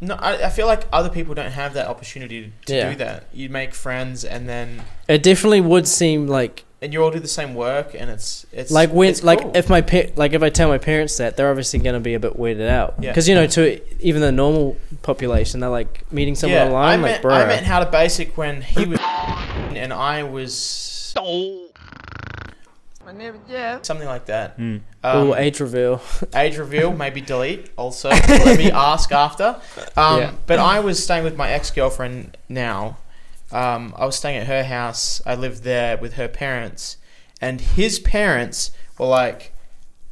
no, I, I feel like other people don't have that opportunity to Yeah. do that. You make friends and then it definitely would seem like and you all do the same work and it's it's like when it's like cool. if my pa- like if I tell my parents that they're obviously going to be a bit weirded out Yeah. because you know to even the normal population they're like meeting someone I online meant, like bro I meant how to basic when he was *laughs* and I was something like that. Hmm. Um, Ooh, age reveal age reveal, maybe delete. *laughs* Also, let me ask after. Um, Yeah. But I was staying with my ex girlfriend now. Um, I was staying at her house. I lived there with her parents, and his parents were like,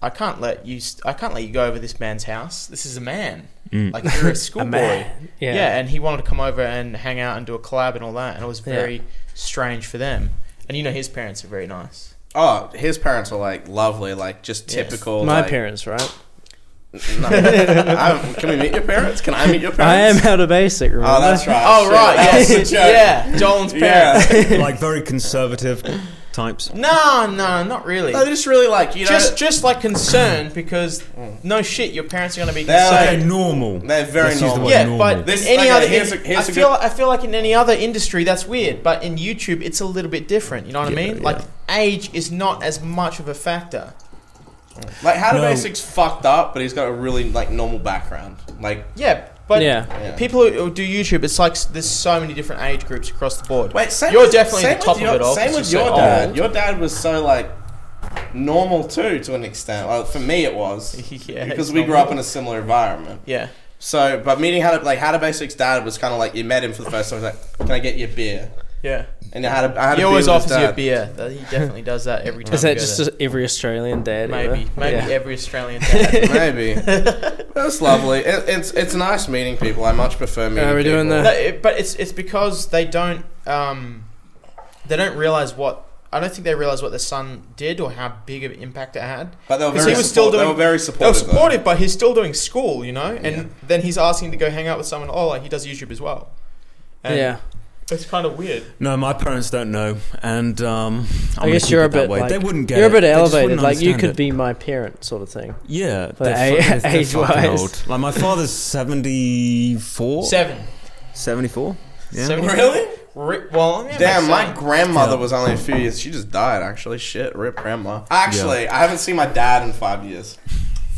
"I can't let you. St- I can't let you go over this man's house. This is a man. Hmm. Like you're *laughs* *laughs* a schoolboy." man. yeah. Yeah. and he wanted to come over and hang out and do a collab and all that, and it was Yeah. very strange for them. And you know, his parents are very nice. Oh, his parents were like lovely, like just Yes. typical. my like- parents right No. *laughs* I'm- can we meet your parents? Can I meet your I am parents? *laughs* how to basic remember Oh, that's right. Oh Shit, right, that *laughs* was yes, the joke. yeah, Dolan's parents. Yeah. *laughs* *laughs* like very conservative types. No, no, not really. No, they're just really like you know. just, just like concerned because no shit, your parents are gonna be They're concerned. like- normal. They're very Let's use the normal. word yeah, normal. but This- in okay, any other, here's in- a- here's I a feel, good- I feel like in any other industry that's weird, but in YouTube it's a little bit different. You know what I mean? Like age is not as much of a factor. like how do No. basics fucked up, but he's got a really like normal background. Like Yeah, but Yeah. Yeah. people who do YouTube, it's like s- there's so many different age groups across the board. wait, same you're with- definitely same the top with your, of it all. Same 'cause with you're your so dad. old. Your dad was so like normal too, to an extent. Like, for me, it *laughs* was Yeah, because it's we grew normal. up in a similar environment. Yeah. So, but meeting how to like how to basics dad was kind of like you met him for the first time. He's like, can I get you a beer? Yeah, And I had a, I had he a beer always with his offers you a dad. beer. That- He definitely does that every time. is we that go just there. every Australian dad maybe, ever? maybe yeah. every Australian *laughs* dad. *laughs* Maybe *laughs* it was lovely. It, it's it's nice meeting people. I much prefer meeting. we're doing people. the- No, it, but it's it's because they don't um, they don't realize what I don't think they realize what their son did or how big of an impact it had. But they were 'Cause very he was still support- they doing- were very They were supportive. though. supportive, but he's still doing school, you know. And Yeah. then he's asking to go hang out with someone. Oh, like he does YouTube as well. And yeah. it's kind of weird. No, my parents don't know, and um, I'm I gonna guess keep you're it a that bit way. like they wouldn't get you're a it. bit They just elevated. wouldn't Like you understand could it. be my parent, sort of thing. yeah, a- they're, fucking- they're fucking *laughs* age-wise. old. Like my father's seventy four. Seven. 74? Yeah. Seven. Really? Ri- well, yeah, Damn, makes my sense. grandmother Yeah. was only a few years. She just died, actually. Shit, rip grandma. Actually, I haven't seen my dad in five years.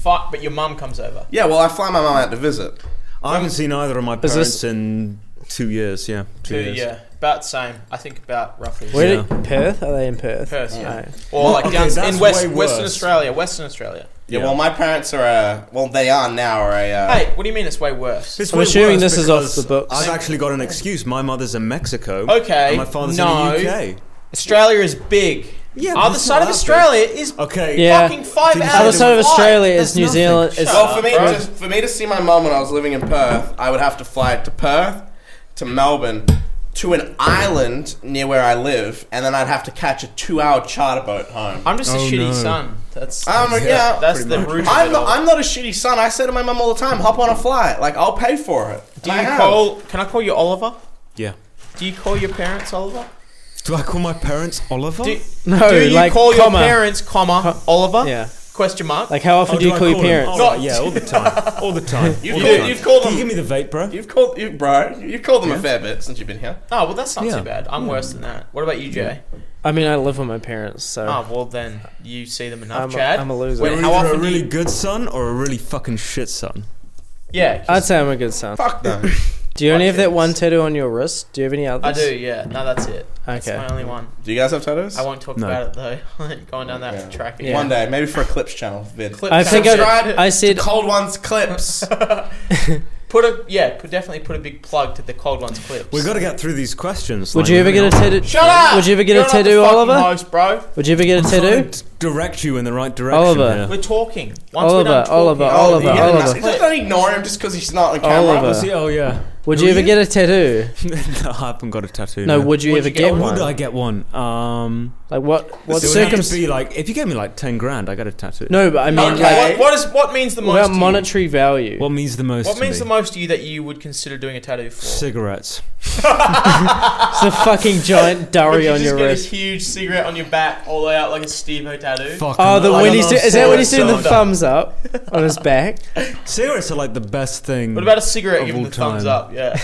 fuck. But your mum comes over. Yeah, well, I fly my mum out to visit. I haven't seen either of my parents this- in two years. Yeah, two, Two, years. yeah, about the same. I think about roughly. the Where same. Yeah. did Perth? Are they in Perth? Perth, yeah. Alright. Or like Okay, down in that's West, way Western worse. Australia. Western Australia. Yeah, Yeah. well, my parents are, uh, well, they are now, are a, uh, Hey, what do you mean it's way worse? It's I'm way assuming worse this is off because the books. I've actually got an excuse. My mother's in Mexico. Okay, And my father's no. in the UK. Australia is big. Yeah, but other it's side not of that Australia is Okay. Yeah. fucking five Did you hours. say Other side of flight. Australia is That's New nothing. Zealand. Is Shut well, for me, bro. to, for me to see my mum when I was living in Perth, I would have to fly to Perth, to Melbourne, to an island near where I live, and then I'd have to catch a two-hour charter boat home. I'm just a Oh, shitty no. son. That's I'm a- that's, yeah, that's pretty the much. root. of I'm it not, all. I'm not a shitty son. I say to my mum all the time, hop on a flight. Like, I'll pay for it. Do And I you have. call? Can I call you Oliver? Yeah. Do you call your parents Oliver? Do I call my parents Oliver? Do, No, do you like, call comma. your parents, comma, Oliver? Yeah. Question mark. Like how often Oh, do you I call your him? parents? Oh, yeah, all the *laughs* time. All the time. You've, All the you, time. you've called Can you them give me the vape, bro? You've called you, bro. You've called them a fair bit since you've been here. oh well, that's not Yeah. too bad. I'm worse than that. What about you, Jay? I mean, I live with my parents, so Oh well, then you see them enough, I'm, a, Chad. I'm a loser. Wait, You're how either often a do really you- good son or a really fucking shit son. yeah, 'cause I'd say I'm a good *laughs* son. Fuck them. Do you only have that Fuck one yes. tattoo on your wrist? Do you have any others? I do. Yeah, no, that's it. That's my Okay. only one. Do you guys have tattoos? I won't talk No. about it though. *laughs* Going down that track. Yeah. One day, maybe for a clips channel. Vid. Clip I think sounds I, right. I said Cold ones *laughs* clips. *laughs* put a yeah, put, definitely put a big plug to the cold ones clips. We've got to get through these questions. Would like, you ever really get a tattoo? Shut up! Would you ever get You're a not tattoo, the fucking Oliver? Host, bro. Would you ever get a I'm trying tattoo? to direct you in the right direction. Oliver. here. We're talking. Once we're Oliver, done talking, Oliver, Oh, Oliver, you get a nice- Oliver. Just don't ignore him just because he's not on camera. Oliver. See, oh yeah. Would Who you are ever get a tattoo? *laughs* *laughs* no, I haven't got a tattoo. No, would you Would ever you get get, one? one? Would I get one? Um, Like what? What it would have to circumstances? be like if you gave me like ten grand, I got a tattoo. No, but I mean, Okay. like, What, what is what means the most? without to you? monetary value. What means the most? What to means me? the most to you that you would consider doing a tattoo for? Cigarettes. It's a fucking giant Would durry you on just your get wrist. a huge cigarette on your back, all the way out like a Steve-O tattoo. Fuck. Oh, the I when he's love do- is that when he's cigarettes doing the so thumbs up on *laughs* his back? much. Cigarettes are like the best thing. What about a cigarette? Of Give him all the thumbs time. up. *laughs* Yeah.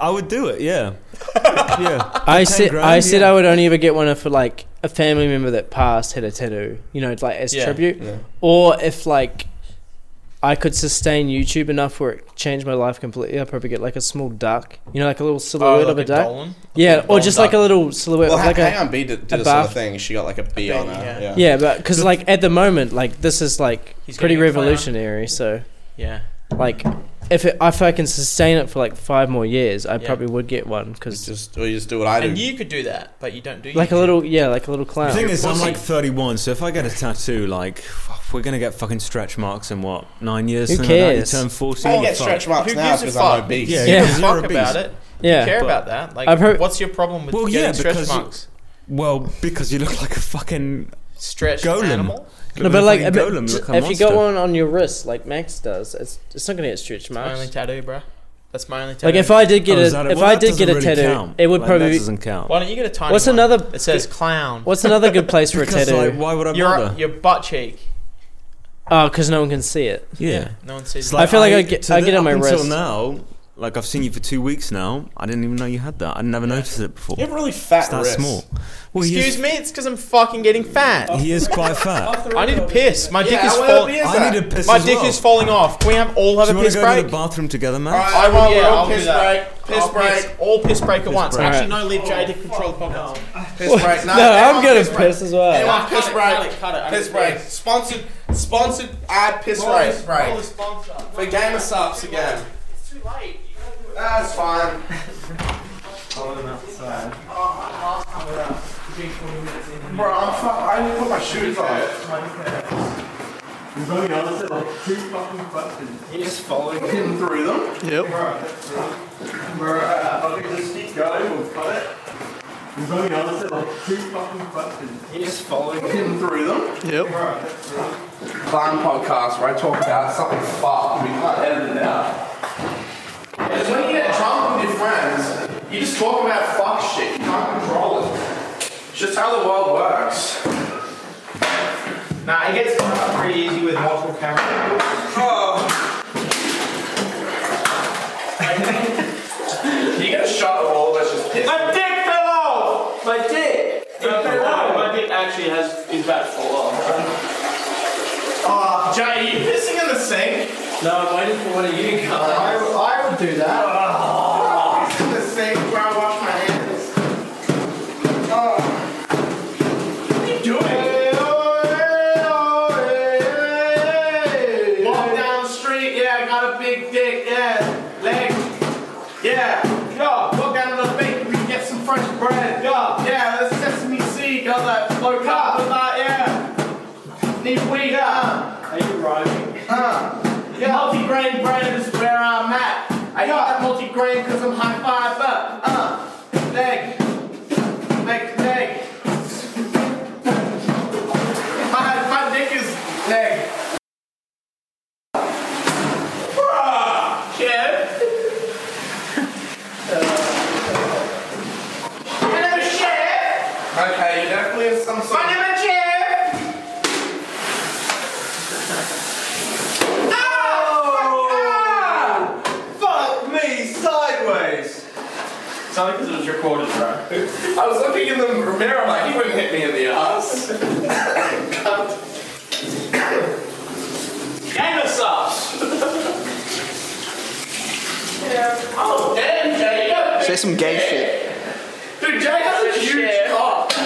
I would do it. *laughs* Yeah. yeah. I 10 said grand, I said yeah. I would only ever get one if like a family member that passed had a tattoo, you know, like as Yeah. tribute, Yeah. or if like I could sustain YouTube enough where it changed my life completely. I'd probably get like a small duck, you know, Oh, like a little silhouette Oh, like of a a duck. Dolan? yeah, or Dolan just duck. like a little silhouette Well, of like hang a on, B did, did a a sort of bath. thing. She got like a B A on B, her. yeah. Yeah. yeah, but because like at the moment, like this is like He's pretty getting a clown. revolutionary. So Yeah. like if it, if I can sustain it for like five more years, I Yeah. probably would get one because Just or you just do what I do. And you could do that, but you don't do. like a YouTube. little yeah, like a little The clown. thing is, I'm Pussy. like 31, so if I get a tattoo, like we're gonna get fucking stretch marks in what nine years? Who something like that? cares? You turn 40. I don't get fuck. stretch marks Who now gives a because I'm fuck? obese. Yeah, You give Yeah. a you're fuck a about beast. it. yeah, you care but- about that. Like, I've heard- what's your problem with Well, getting yeah, stretch because you- marks? Well, because you look like a fucking Stretch golem. animal. No, but like, fucking but golem, t- look, a if you got monster. one on your wrist, like Max does, it's it's not gonna get stretch My only marks. tattoo, bro. That's my only tattoo. Like if I did get Oh, a is that it? if Well, I that did get doesn't a really tattoo, count. it would Like, probably. that Be, doesn't *laughs* count. Why don't you get a tiny? What's one? another- It says clown. what's another good place *laughs* for a Because, tattoo? like, why would I Your bother? your butt cheek. oh, because no one can see it. yeah. No one sees. It's it. I feel like I get- to I the- get it on my up wrist. Until now, like I've seen you for two weeks now. I didn't even know you had that. I never noticed it before. You have really fat it's that wrists. small. Well, he Excuse is, me, it's because I'm fucking getting fat. He is quite *laughs* fat. I need to piss. My dick Yeah, is well, falling. yeah. Oh, I need a piss My as dick well. is falling off. Can we have all Do have you a want piss to go to break? the bathroom together, man? Alright, I will. alright, Yeah, we're all I'll piss do that. break. Piss I'll break. piss- All piss break at once. break. Actually, no. Leave Jay to control the podcast. Piss break. No, No, everyone I'm gonna piss break. piss as well. Everyone Cut piss it, break. cut it, cut it. I Piss need break. to piss. Sponsored. Sponsored. Ad piss break. Roll the Break. sponsor. For game of subs again. It's too late. That's fine. Bro, I'm fuck. I need to put my shoes on. You're just following him through them. Yep. uh, You're just following him through them. Yep. Clown podcast where I talk about something fucked. We can't edit it out. Because when you get drunk with your friends, you just talk about fuck shit. You can't control it. It's just how the world works. Nah, it gets pretty easy with multiple cameras. Can you get a shot of all of us just pissed? My dick fell off. My dick. My dick actually has is about to fall off. Ah. Oh, Jay, are you pissing in the sink? No, I'm waiting for one of you guys. I, I would do that. Ah. Oh. Pissing in the sink where I wash my hands. Ah. oh, Walk down the street, yeah, I got a big dick, yeah. Leg, yeah. Yeah, walk down to the bakery, get some fresh bread, yeah. Yeah, that's sesame seed, got that flow car, yeah. Need weed, uh. Are you rhyming? Uh. Yeah, multi-grain bread is where I'm at. I got that multi-grain cause I'm high five up, uh. Leg, leg, leg. My, my dick is leg. Yeah. My name is Chef. Okay, you definitely have some sort My of. name is Chef. Ah! Fuck me sideways. It's only because it was recorded, bro. I was looking in the mirror, I'm like, he wouldn't hit me in the ass. Gang of sauce. yeah. Oh, damn, Jay. Say some gay shit. Dude, Jay has a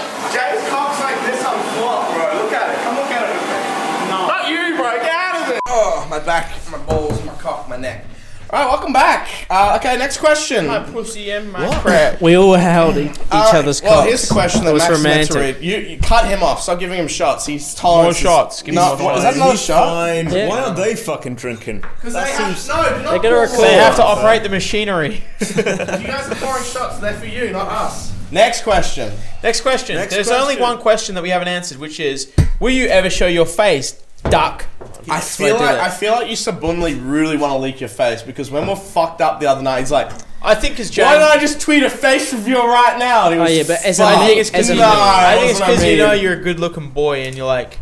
Oh, my back, my balls, my cock, my neck. All right, welcome back. Uh, okay, next question. My pussy and my crap. We all held e- each All right, other's Well, cocks. here's the question that It was Max was meant to romantic. read. You, you cut him off. Stop giving him shots. He's tolerant. shots. Give me no, more shots. Is that another He's shot? fine. Yeah. Why aren't they fucking drinking? Because they have no. do Not They're gonna pour record. They have to Yeah. operate the machinery. more. You guys are pouring shots. They're for you, not us. Next question. Next question. Next There's only question. one question that we haven't answered, which is, will you ever show your face, duck? I feel I did like it. I feel like you subliminally really want to leak your face because when we're fucked up the other night, he's like, I think because "Why don't I just tweet a face reveal right now?" And he Oh, was yeah, but as a fucked I think it's 'cause up. you Nah, know- I think it it's wasn't because me. you know you're a good-looking boy and you're like,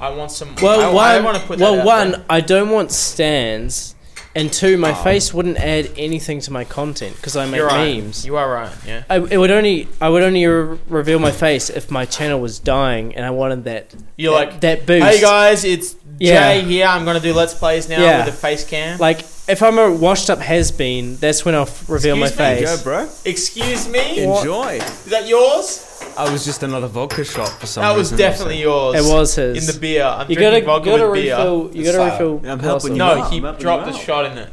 I want some. Well, I, one, I want to put that well, out one, there. I don't want stands, and two, Oh. my face wouldn't add anything to my content because I make You're right. memes. You are right. Yeah. I, it would only I would only re- reveal my face if my channel was dying and I wanted that. You're that, like, that boost. Hey guys, it's Yeah. Jay here. I'm gonna do let's plays now Yeah. with a face cam. Like if I'm a washed up has been, that's when I'll f- reveal Excuse my me? face. Go, bro. Excuse me. Enjoy. Is that yours? I was just another vodka shot for some That was reason. definitely yours. It was his. in the beer. I'm you gotta, drinking you vodka gotta with beer. refill. You It's gotta far. refill. I'm Paulson. helping you No, out. he I'm helping dropped you a out. shot in it.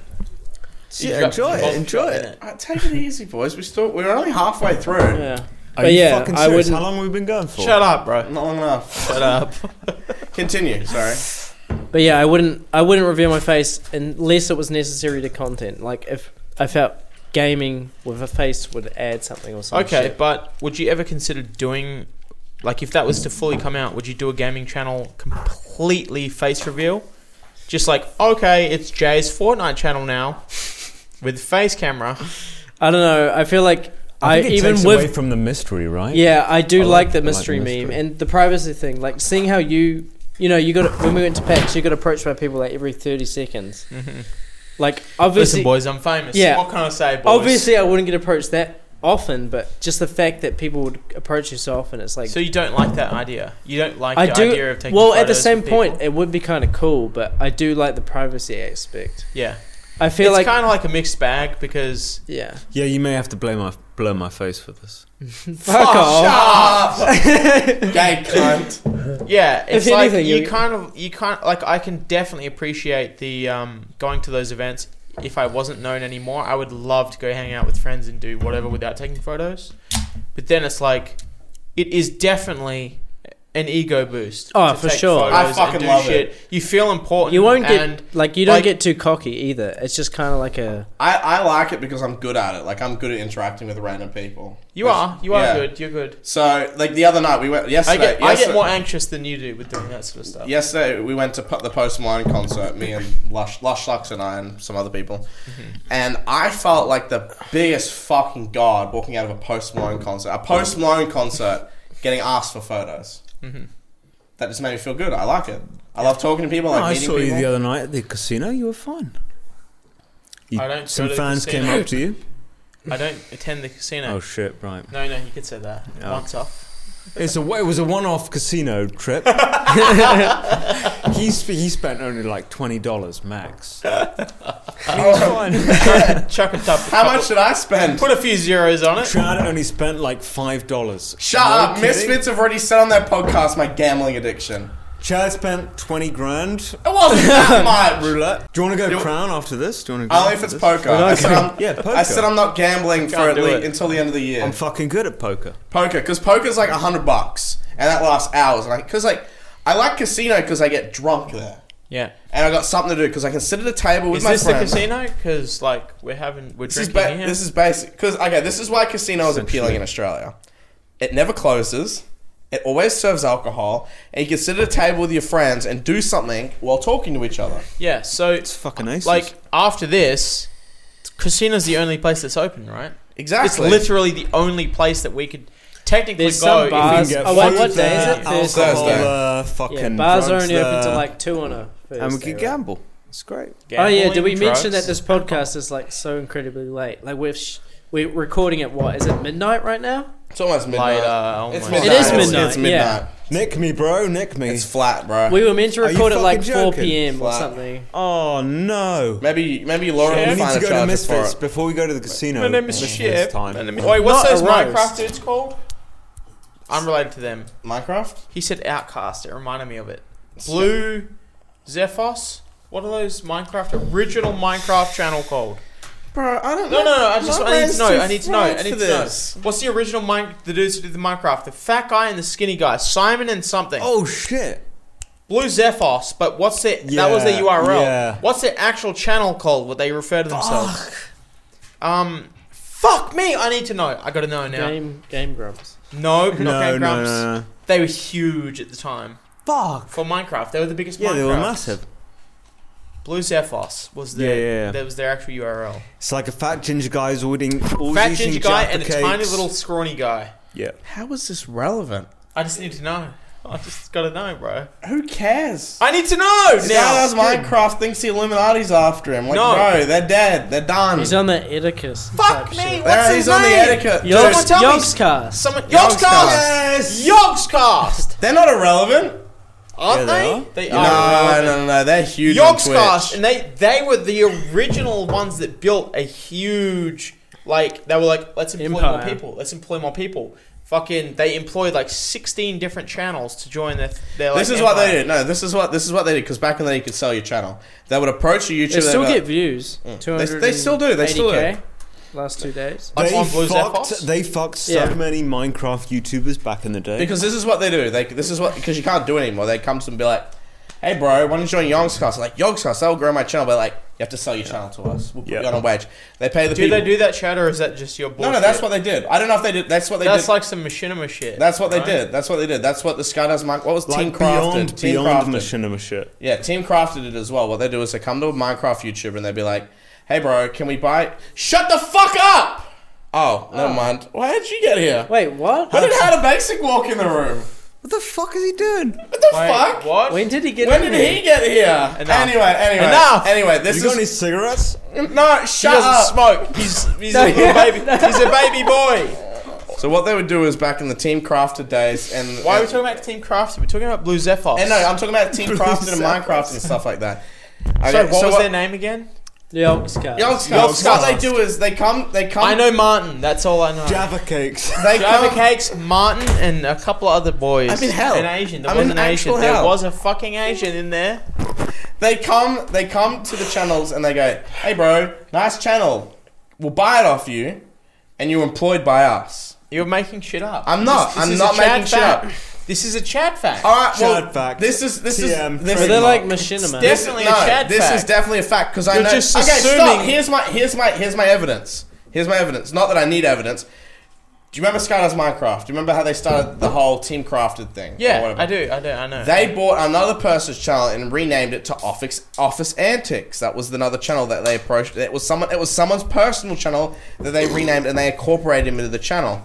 He Yeah, dropped a enjoy it. vodka Enjoy in it. Uh, take it easy, boys. We still we're only halfway through. Yeah. Are But you yeah, fucking I serious? wouldn't- How long have we been going for? Shut up, bro. Not long enough. Shut up. Continue. Sorry. But yeah, I wouldn't. I wouldn't reveal my face unless it was necessary to content. Like if I felt gaming with a face would add something or something. okay, but would you ever consider doing, like, if that was to fully come out, would you do a gaming channel completely face reveal? Just like, okay, it's Jay's Fortnite channel now with face camera. I don't know. I feel like I, I, think it even takes away with from the mystery, right? yeah, I do I like, like- I the like the mystery meme mystery. and the privacy thing. Like seeing how you, you know, you got when we went to PAX, you got approached by people like every thirty seconds. Mm-hmm. Like obviously, Listen, boys, I'm famous. Yeah. What can I say, boys? obviously, I wouldn't get approached that often, but just the fact that people would approach you so often, it's like So you don't like that idea? You don't like I the do. idea of taking well, at the photos same with people? point, it would be kind of cool, but I do like the privacy aspect. Yeah. I feel it's like kind of like a mixed bag because yeah. Yeah, you may have to blame my blur my face for this. Fuck Oh, off. *laughs* Gay cunt. yeah, it's If like anything, you you- kind of you can't like I can definitely appreciate the um, going to those events. If I wasn't known anymore, I would love to go hang out with friends and do whatever without taking photos. But then it's like it is definitely an ego boost. Oh, to for take sure. photos I and fucking do love shit. You feel important. You won't and- get like you don't like- get too cocky either. It's just kind of like a I, I like it because I'm good at it. Like I'm good at interacting with random people. You are. You are Yeah. good. You're good. So like the other night we went I yesterday. get. I yesterday- get more anxious than you do with doing that sort of stuff. Yesterday we went to pu- the Post Malone concert, me and Lush, Lush Sucks and I and some other people, Mm-hmm. and I felt like the biggest fucking god walking out of a Post Malone concert. A Post Malone concert, getting asked for photos. Mm-hmm. That just made me feel good. I like it. I love talking to people. I like I meeting saw you people. *laughs* the other night at the casino. You were fine. You- I don't some go to the fans came casino. up to *laughs* you. I don't attend the casino. Oh shit! Right. No, no, you could say that. Oh. Once off. *laughs* It's a it was a one off casino trip. *laughs* he sp- he spent only like twenty dollars max. He was fine. Chuck it up. Oh, How much did I spend? Put a few zeros on it. Chad only spent like five dollars. Shut up! Misfits have already said on their podcast my gambling addiction. Chad spent twenty grand. It *laughs* wasn't that much. Roulette. Do you want to go You- crown after this? Do you want to? Go Only if after it's this? poker. I said, I'm, Yeah, poker. I said I'm not gambling for Can't at do least it. until the end of the year. I'm fucking good at poker. poker because poker's like a hundred bucks and that lasts hours. Like because like I like casino because I get drunk there Yeah. and I got something to do because I can sit at a table with Is my this friends. the casino? Because like we're having we're This is, drinking ba- here. this is basic because okay, this is why casino is appealing in Australia. It never closes. It always serves alcohol, and you can sit at a table with your friends and do something while talking to each other. yeah. So It's fucking aces. like after this, casino's the only place that's open, right? Exactly. It's literally the only place that we could technically There's go. some if we- bars- You can get Oh, wait, food what day is there, it? Thursday. Alcohol, Thursday. uh, fucking yeah. Bars are drugs only open there, till like two on a Thursday, and we can right? gamble. It's great. Oh yeah, did Gambling, we mention drugs. that this podcast is like so incredibly late? Like we're sh- we're recording at what is it midnight right now? It's almost midnight. Later, almost. It's uh, It midnight. is It's- midnight, It's midnight. Nick me, bro. Nick me. It's flat, bro. We were meant to Are you record at like fucking four joking? p.m. or Fuck. something. oh no. maybe maybe Lauren Shit. will We need to find a go to charger for Misfits it. before we go to the casino. My name is this Ship. time. Wait, what's Not those a roast. Minecraft dudes called? I'm related to them. Minecraft. He said Outcast. It reminded me of it. Blue Zephos. What are those Minecraft original Minecraft channel called? Bro, I don't No, no, no. I just My I need to brain's know. too I need to know. I fried need for to know. What's the original mine? The dudes who did the Minecraft, the fat guy and the skinny guy, Simon and something. Oh shit! Blue Zephos, but what's it? that was the Yeah, URL. yeah. What's the actual channel called? What they refer to themselves? Um, fuck me. I need to know. I gotta know now. Game Game Grumps. No, not Game Grumps. no. They were huge at the time Fuck. for Minecraft. They were the biggest. Yeah, Minecraft. they were massive. Blue Zephos was their. Yeah, yeah, yeah. That was their actual URL. It's like a fat ginger guy's ordering always Fat eating ginger guy Jaffa and a tiny cakes. little scrawny guy. Yeah. How is this relevant? I just need to know. I just gotta know, bro. Who cares? I need to know This guy Oh, now. does Minecraft thinks the Illuminati's after him. Like, No. bro, they're dead. They're done. He's on the Eticus. Fuck me. There, What's his he's on the name? etiquette. Yo- Dude, Someone tell me- Yogscast. Someone Yogscast. Yogscast. they're not irrelevant. Aren't Yeah, they they? are. They No, are. no, no, no. They're huge. on Yogscast, Twitch. and they they were the original ones that built a huge like they were like let's employ more Empire. people. Let's employ more people. Fucking, they employed like sixteen different channels to join their. their like, This is what empire. they did. No, this is what this is what they did. Because back in the day, you could sell your channel. They would approach a YouTuber. They still they'd be get like, views. Two They- hundred. they still do, they still do. Last two days. Like They on Blue fucked, Zephos? they fucked so Yeah. many Minecraft YouTubers back in the day. because this is what they do. They this is what because you can't do it anymore. They come to them and be like, "Hey, bro, why don't you join Yogscast?" Like Yogscast, that'll grow my channel. But like, you have to sell your channel to us. We'll put Yeah. you on a wedge. They pay the Do people. they do that chat, or is that just your no, bullshit? no, that's what they did. I don't know if they did. That's what they That's did. like some machinima shit. that's what they right? did. That's what they did. That's what the guy does. Mike, what was like Team beyond Crafted? Team beyond Crafted. machinima shit. Yeah, Team Crafted it as well. What they do is they come to a Minecraft YouTuber and they'd be like, "Hey, bro, can we buy?" Shut the fuck up! Oh, never mind. Why did you get here? Wait, what? When did Hannah Basic walk in the room? What the fuck is he doing? What the Wait, fuck? What? When did he get? When in did here? he get here? Enough. Anyway, anyway, Enough. anyway. This You got any is cigarettes? no. He Shut up. doesn't smoke. He's he's a little baby. He's a baby boy. So what they would do is back in the Team Crafted days, and Why are we and, talking about Team Crafted? We're talking about Blue Zephyr. And no, I'm talking *laughs* about Team Crafted and Zephyrus. Minecraft and stuff like that. Okay, Sorry, what so was their name again? Yogscast. Yogscast. What they do is they come. They come. I know Martin. That's all I know. Java cakes. They Java come. Cakes, Martin, and a couple of other boys. I'm in hell. An Asian. There I'm was in an Asian. actual There hell. was a fucking Asian in there. They come they come to the channels and they go, Hey bro, nice channel. We'll buy it off you and you're employed by us. You're making shit up. I'm not. I'm is not a Chad making shit fact. up. This is a Chad fact. Alright, well Chad fact. this is this is TM this Are is they trademark. like machinima? It's this- Definitely a Chad This fact. is definitely a fact because I You're know. just okay, stop. assuming- Here's my here's my here's my evidence. Here's my evidence. Not that I need evidence. Do you remember Skylar's Minecraft? Do you remember how they started the whole team crafted thing? or yeah, whatever? I do. I do. I know. They bought another person's channel and renamed it to Office Office Antics. That was another channel that they approached. It was someone. It was someone's personal channel that they renamed and they incorporated him into the channel.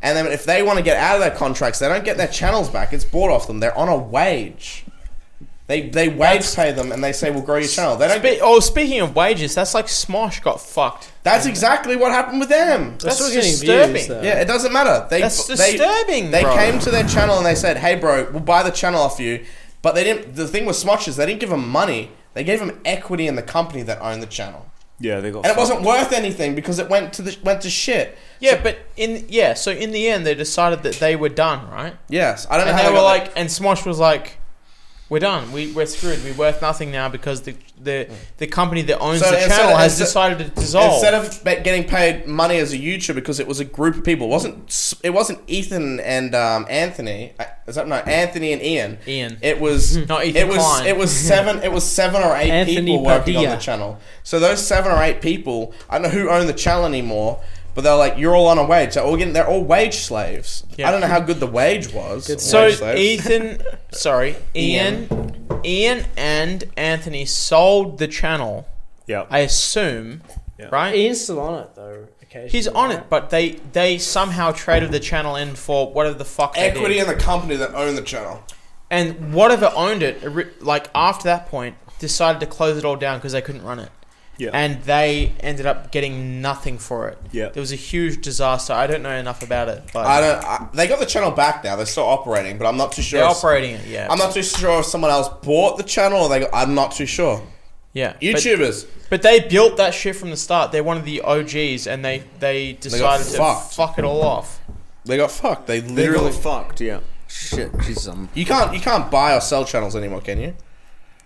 And then if they want to get out of their contracts, they don't get their channels back. It's bought off them. They're on a wage. They they wage pay them and they say we'll grow your channel. They don't. Spe- oh, speaking of wages, that's like Smosh got fucked. that's exactly what happened with them. They're still That's getting disturbing. views, though. Yeah, it doesn't matter. They, That's they- disturbing, They, bro. came to their channel and they said, "Hey, bro, we'll buy the channel off you." But they didn't. The thing with Smotch is they didn't give them money. They gave them equity in the company that owned the channel, Yeah, they got. and it wasn't worth anything because it went to the went to shit. Yeah, but in yeah, so in the end, they decided that they were done, right? Yes, I don't know And how they were got like, that- and Smosh was like, "We're done. We we're screwed. We're worth nothing now because the the the company that owns Mm. So the instead channel of- has instead- decided to dissolve." Instead of ba- getting paid money as a YouTuber because it was a group of people, it wasn't s- it wasn't Ethan and um, Anthony? uh, Is that no Anthony and Ian? Ian. It was *laughs* Not Ethan It was Klein. it was seven. It was seven or eight Anthony people working on Padilla. the channel. So those seven or eight people, I don't know who owned the channel anymore. But they're like, you're all on a wage. They're all getting, they're all wage slaves. Yeah. I don't know how good the wage was. so wage slaves. *laughs* Ethan, sorry, Ian, Ian and Anthony sold the channel. Yeah. I assume, Yeah. right? Ian's still on it though. Occasionally. He's on right? it, but they they somehow traded the channel in for whatever the fuck they did. equity in the company that owned the channel. and whatever owned it, ori- like after that point, decided to close it all down because they couldn't run it, yeah. and they ended up getting nothing for it. Yeah. there was a huge disaster. I don't know enough about it, but I don't. I, they got the channel back now. They're still operating, but I'm not too sure. they're if- operating it. Yeah, I'm not too sure if someone else bought the channel or they got, I'm not too sure. yeah but- YouTubers. But, they built that shit from the start. They're one of the OGs, and they they decided to fucked. fuck it all off. they got fucked. They they literally got fucked. Yeah. Shit. Jesus. I'm- You can't you can't buy or sell channels anymore, can you?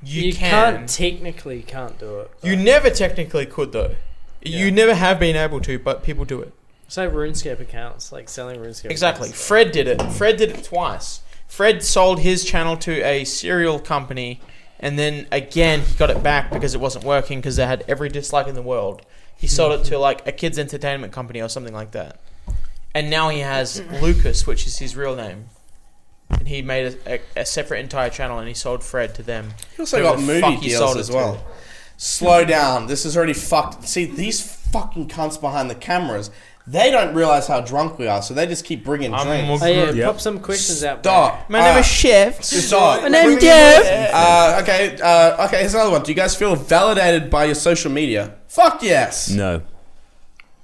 You, You, can. can't technically can't do it. you never technically could though. You never have been able to, but people do it. Say RuneScape accounts, like selling RuneScape. Exactly. accounts. Fred did it. Fred did it twice. Fred sold his channel to a cereal company, and then again he got it back because it wasn't working because they had every dislike in the world. He sold it to like a kids entertainment company or something like that, and now he has Lucas, which is his real name, and he made a, a, a separate entire channel and he sold Fred to them. He also Who got the movie fuck he deals sold it as to. well. Slow down. This is already fucked. See, these fucking cunts behind the cameras, they don't realize how drunk we are, so they just keep bringing I'm drinks. Oh yeah, Yep. pop some questions out. back. Stop. My name is Chef. Stop. My name's Jeff. Uh, okay, uh, okay. Here's another one. Do you guys feel validated by your social media? Fuck yes. No.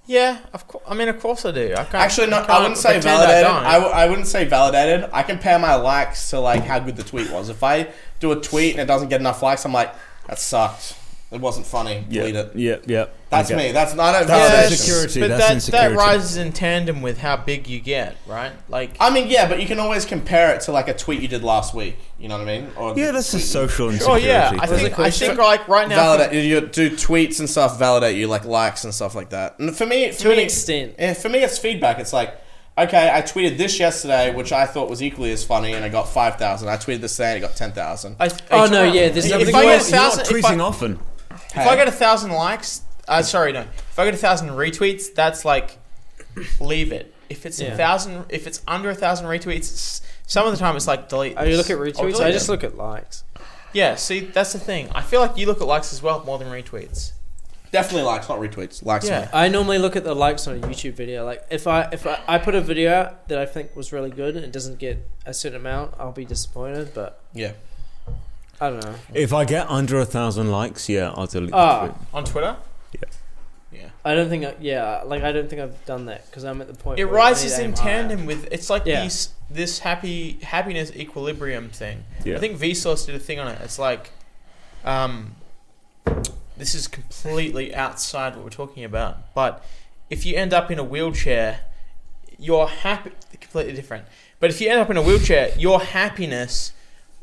Yeah, of course. I mean, of course I do. I can't, Actually, no. I, can't I wouldn't say pretend I validated. don't. I, w- I wouldn't say validated. I compare my likes to like how good the tweet was. If I do a tweet and it doesn't get enough likes, I'm like, that sucked. It wasn't funny. Delete Yeah. it. Yeah. Yeah. That's Okay. me. That's not a Oh, That's validation. insecurity. But that's that, insecurity. that rises in tandem with how big you get, right? Like, Ah, I mean, yeah, but you can always compare it to like a tweet you did last week. You know what I mean? Or Yeah, that's just social oh insecurity. yeah, I think I think like right now, validate. You do tweets and stuff validate you, like likes and stuff like that. And for me, for To an me- extent. yeah, for me, it's feedback. It's like, okay, I tweeted this yesterday, which I thought was equally as funny, and I got five thousand. I tweeted this today, and I got ten thousand. I, Oh, no, yeah, there's if nothing I get a worse. You're not thousand, if tweeting I, often. if I get a thousand likes, uh, sorry, no, if I get a thousand retweets, that's like, leave it. If it's a Yeah. thousand, if it's under a thousand retweets, s- some of the time it's like delete. Oh, you look this. at Or retweets. delete I just them. look at likes. yeah. See, that's the thing. I feel like you look at likes as well more than retweets. Definitely likes, not retweets. Likes. Yeah. I normally look at the likes on a YouTube video. Like if I if I, I put a video out that I think was really good and it doesn't get a certain amount, I'll be disappointed. But Yeah. I don't know. If I get under a thousand likes, yeah, I'll delete Ah. the tweet. On Twitter? I don't think. I, yeah, like I don't think I've done that because I'm at the point. It where I rises need to in aim higher. tandem with it's like Yeah. these this happy happiness equilibrium thing. Yeah. I think Vsauce did a thing on it. It's like, um, this is completely outside what we're talking about. But if you end up in a wheelchair, you're happy completely different. But if you end up in a wheelchair, your happiness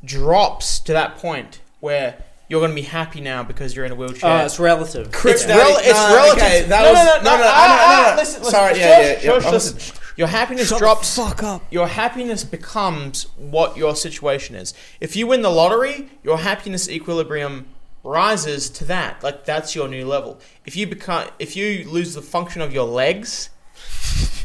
drops to that point where you're going to be happy now because you're in a wheelchair. Oh, it's relative. It's, Yeah. rel- it's No, relative. okay, that no, was- no, no, no, no, no, no, no, ah, no, ah, no. Listen, listen, Sorry, Josh, yeah, yeah, yeah. Josh, I listen. Your happiness drops. fuck up. Your happiness becomes what your situation is. If you win the lottery, your happiness equilibrium rises to that. Like that's your new level. If you become, if you lose the function of your legs,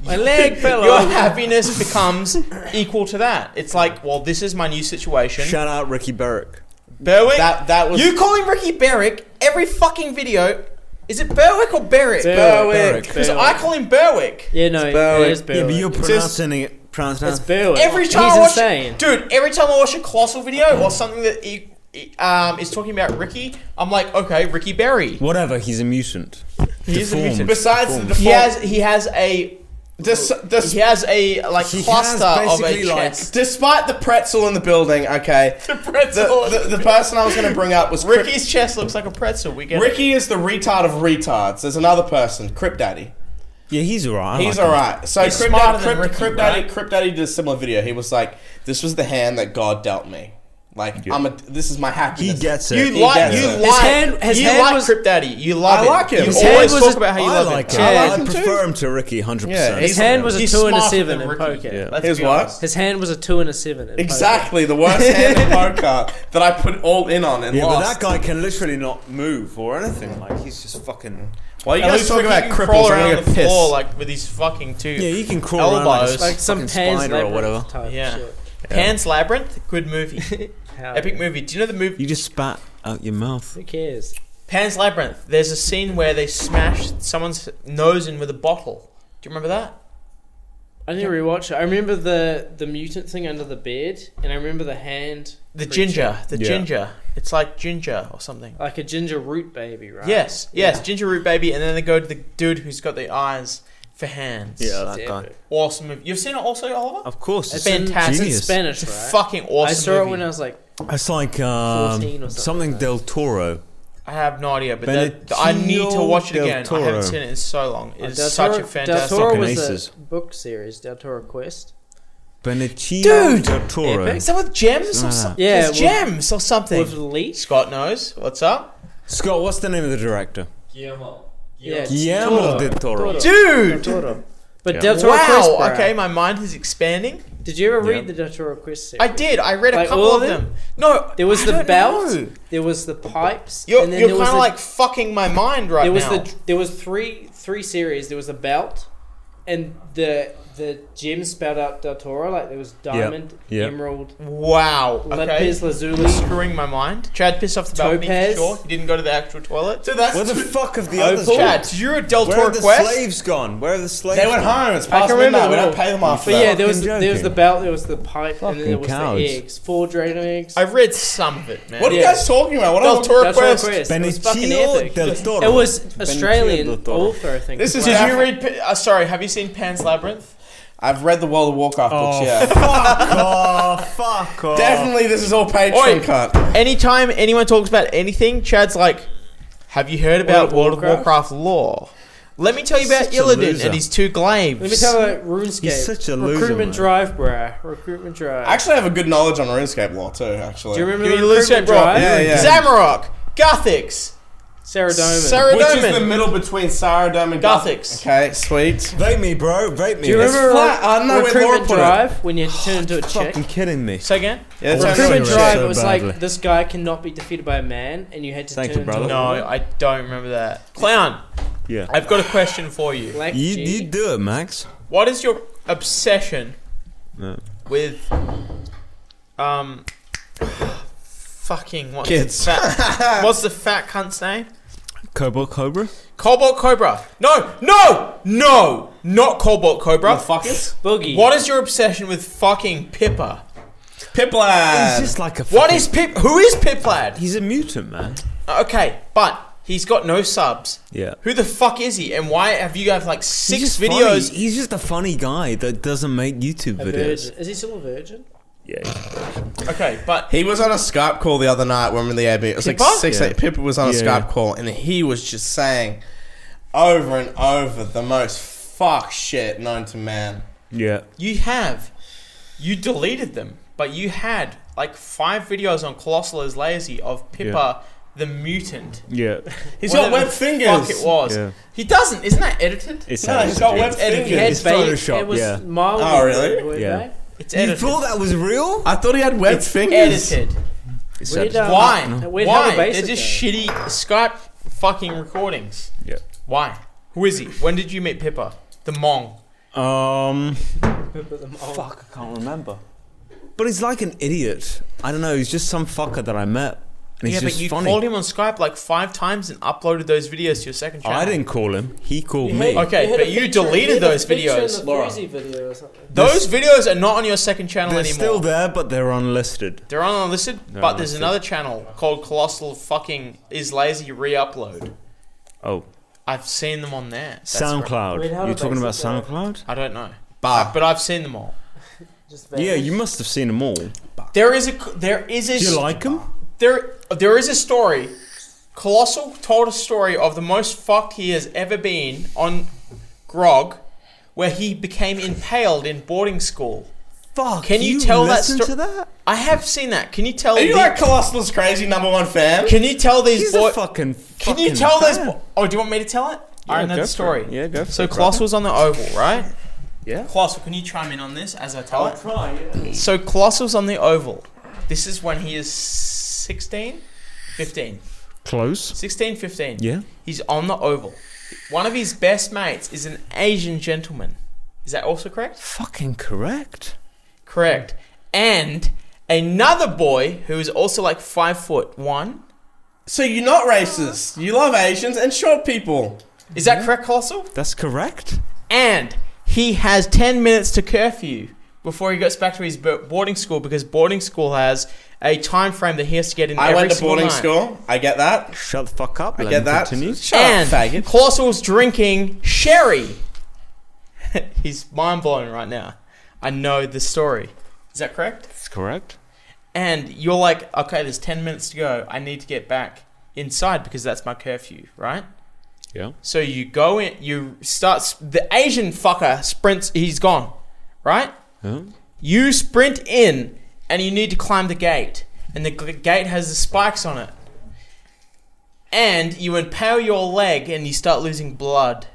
My leg fell *laughs* your off. happiness becomes equal to that. It's like, well, this is my new situation. Shout out Ricky Berwick. Berwick. That that was you calling Ricky Berwick every fucking video? Is it Berwick or Berwick? Berwick. Because I call him Berwick. Yeah, no, Berwick. it is Berwick. Yeah, but you're just- pronouncing it. Pronouncing it's Berwick. Every time he's I watch, insane. dude. Every time I watch a colossal video or something that he, he, um, is talking about Ricky, I'm like, okay, Ricky Berry. Whatever. He's a mutant. He's a Deformed. mutant. besides the default. He has he has a dis- dis- he has a like He has cluster of a basically, like- chest. Despite the pretzel in the building, *laughs* okay. The pretzel. The, the, person I was going to bring up was Crypt- Ricky's chest looks like a pretzel. We get it. Ricky is the retard of retards. There's another person, Crypt Daddy. Yeah, he's alright. I He's like him. all right. So He's Crypt, smarter Daddy, than Crypt, Ricky, Crypt Daddy, right? Crypt Daddy did a similar video. He was like, "This was the hand that God dealt me. Like I'm a. This is my happiness. He gets it. You He like gets you it. like His hand- his you hand like was- Crypt Daddy. You love I it. like him. You His always hand was talk a- about how you I love like him. him. Yeah. I I like him prefer him to Ricky 100%. Yeah, His he's- hand was a He's two and a smarter seven than in Ricky. poker. Yeah. Let's Here's be what? honest. His hand was a two and a seven. In Poker. Exactly the worst hand *laughs* in poker that I put all in on and Yeah, but lost. that guy can literally not move or anything. Like he's just fucking. Why you At guys least talking Ricky about can cripples? crawl I'm gonna around get the pissed. floor like with his fucking two. Yeah, he can crawl Elbows. around like, Like some Pan's spider or Labyrinth whatever. type Yeah. shit. Pan's Labyrinth, good *laughs* movie, Hell epic yeah. movie. Do you know the movie You just spat out your mouth. Who cares? Pan's Labyrinth? There's a scene where they smash someone's nose in with a bottle. Do you remember that? I didn't rewatch it. I remember the the mutant thing under the bed, and I remember the hand. The creature. Uh, ginger, the Yeah. ginger. It's like ginger or something. like a ginger root baby, right? Yes, yes, ginger root baby, and then they go to the dude who's got the eyes for hands. It's epic. awesome movie. You've seen it also, Oliver? Of course, it's, It's fantastic. fantastic. In, it's in Genius. Spanish, It's a right? fucking awesome. I saw movie. it when I was like, it's like um, 14 or something something, like that. Del Toro. I have no idea, but that, that- I need to watch it Del again. I Toro. haven't seen it in so long. It oh, is Del such Toro- a fantastic. Del Toro Fucking was aces. a book series, Del Toro Quest. Benicio Dude! del Toro. Epic. Is that with gems or Nah. something? Yeah, There's with- gems or something. With leech? Scott knows. What's up, Scott, what's the name of the director? Yeah. Guillermo del Toro. dude? But Yeah. Del Toro Quest, Wow. bro. Okay, my mind is expanding. Did you ever Yeah. read the Del Toro Quest I series? did. I read a Like couple all of of them. them? No, There was I the don't belt. know. There was the pipes. You're, and then you're there kind was of the- like fucking my mind right there was now. the there was three three series. There was the belt, and the the gem spelled out Del Toro. Like there was diamond, Yeah. emerald, wow. Okay. lapis lazuli, Screwing my mind. Chad pissed off about me for Topaz. sure. He didn't go to the actual toilet. So that's Where the fuck have the Opal? others Chad. gone? Did you read Del Where Oh, Toro have the Quest? slaves gone? Where are the slaves? They went gone? home. It's I past can remember midnight. We it don't all. pay them after But yeah, that. there was Fucking there was the joking. belt, there was the pipe, and then Fucking there was cowards. the eggs. Four dragon eggs. I read some of it, man. What are you Yeah. guys talking about? What Del are Toro Del Toro Quest. Quest. It was fucking Benicio epic. del Toro. It was Benicio del Australian Toro. author, I think. This as is well. Did Yeah. you read? Pa- Uh, sorry, have you seen Pan's Labyrinth? I've read the World of Warcraft books. Yeah, Oh, fuck off. definitely. This is all Oi. Patreon cut. Anytime anyone talks about anything, Chad's like, "Have you heard about World of Warcraft lore?" Let me tell you about Such a Illidan loser. and his two glaives. Let me tell you about RuneScape. He's such a loser, Recruitment man. drive, bruh. Recruitment drive. I actually have a good knowledge on RuneScape lore too. Actually, Do you remember Give me the Lucent recruitment Rock, drive? Yeah, yeah. Zamarok, Gothics, Saradomin. Sar- Which is Saradome. the middle between Saradome and Gothics. Okay, sweet. Vape me, bro. Vape me. Do you It's remember flat. I don't know where Laura recruitment put it. drive when you turn into a chick? fucking kidding me. Say again? Yeah, that's actually- Recruitment Recruitment so drive badly. was like this guy cannot be defeated by a man, and you had to Thank turn you, brother. into No, a I don't remember that. Clown, Yeah. I've got a question for you. black You, G. you do it, Max. What is your obsession No. with, um, *sighs* fucking what's Kids. The fat, what's the fat cunt's name? Cobalt Cobra? Cobalt Cobra. No, no, no, not Cobalt Cobra. Fuckers. boogie. What is your obsession with fucking Pippa? Piplad. He's just like a What fucking- is Pip? Who is Piplad? He's a mutant, man. Okay, but he's got no subs. Yeah. Who the fuck is he? And why have you guys like He's six just videos? funny. He's just a funny guy that doesn't make YouTube a videos. virgin? Is he still a virgin? Yeah. Okay, but He was on a Skype call the other night when we were in the AB. It was like Pippa? six, Yeah. eight. Pippa was on a Yeah, Skype yeah. call and he was just saying over and over the most fuck shit known to man. Yeah. you have, you deleted them, but you had like five videos on Colossal is lazy of Pippa the mutant. Yeah. He's Whatever got web the fingers. Fuck it was. Yeah. He doesn't. Isn't that edited? It's No, he's got web Edited. He fingers. had It's ba- Photoshop, It was yeah. mildly Oh, really? weird, Yeah. right? it's You edited. thought that was real? I thought he had web it's fingers. edited. Where'd, um, Why? where'd Why? Hella Basic They're just go? shitty Skype fucking recordings. Yeah. Why? Who is he? When did you meet Pippa? The Mong. Um. Put them on. Fuck, I can't remember. But he's like an idiot. I don't know. He's just some fucker that I met. And he's yeah, just but you funny. called him on Skype like five times and uploaded those videos to your second channel. I didn't call him. He called me. had- Okay, had but a you picture- deleted had a those picture in videos, the Laura. Freezy video or something. Those videos are not on your second channel They're anymore. still there, but they're unlisted. They're unlisted, but there's another channel called Colossal Fucking Is Lazy Reupload. Oh, I've seen them on there. That's right. SoundCloud. Wait, how You're did talking they about sit there? SoundCloud? I don't know, Bah. but I've seen them all. Just Yeah, vanished. you must have seen them all. Do There is a c- there is a you s- like them? there there is a story. Colossal told a story of the most fucked he has ever been on Grog, where he became impaled in boarding school. Fuck. Can you tell that listen sto- to that? I have seen that. Can you tell? Are you the- like Colossal's crazy number one fan? can you tell these He's boys? a fucking. Can you fucking tell those? fan. Bo- oh, do you want me to tell it? I know go the for story. it. Yeah, go for So it, Colossal's on the Oval, right? Yeah. Colossal, can you chime in on this as I tell it? So Colossal's on the Oval. This is when he is 16, 15. Close. 16, 15. Yeah. He's on the Oval. One of his best mates is an Asian gentleman. Is that also correct? Fucking correct. Correct. And another boy who is also like five foot one. So you're not racist. You love Asians and short people. Is that correct, Colossal? That's correct. And he has 10 minutes to curfew before he gets back to his bo- boarding school because boarding school has a time frame that he has to get in I every went to single boarding night. school. I get that. Shut the fuck up. I get that. Continue. Shut And up, faggot. Colossal's drinking sherry. *laughs* He's mind blown right now. I know the story. Is that correct? That's correct. And you're like, okay, there's 10 minutes to go. I need to get back inside because that's my curfew, right? Yeah. So you go in, you start, the Asian fucker sprints, he's gone, right? Huh? You sprint in and you need to climb the gate, and the g- gate has the spikes on it. And you impale your leg and you start losing blood.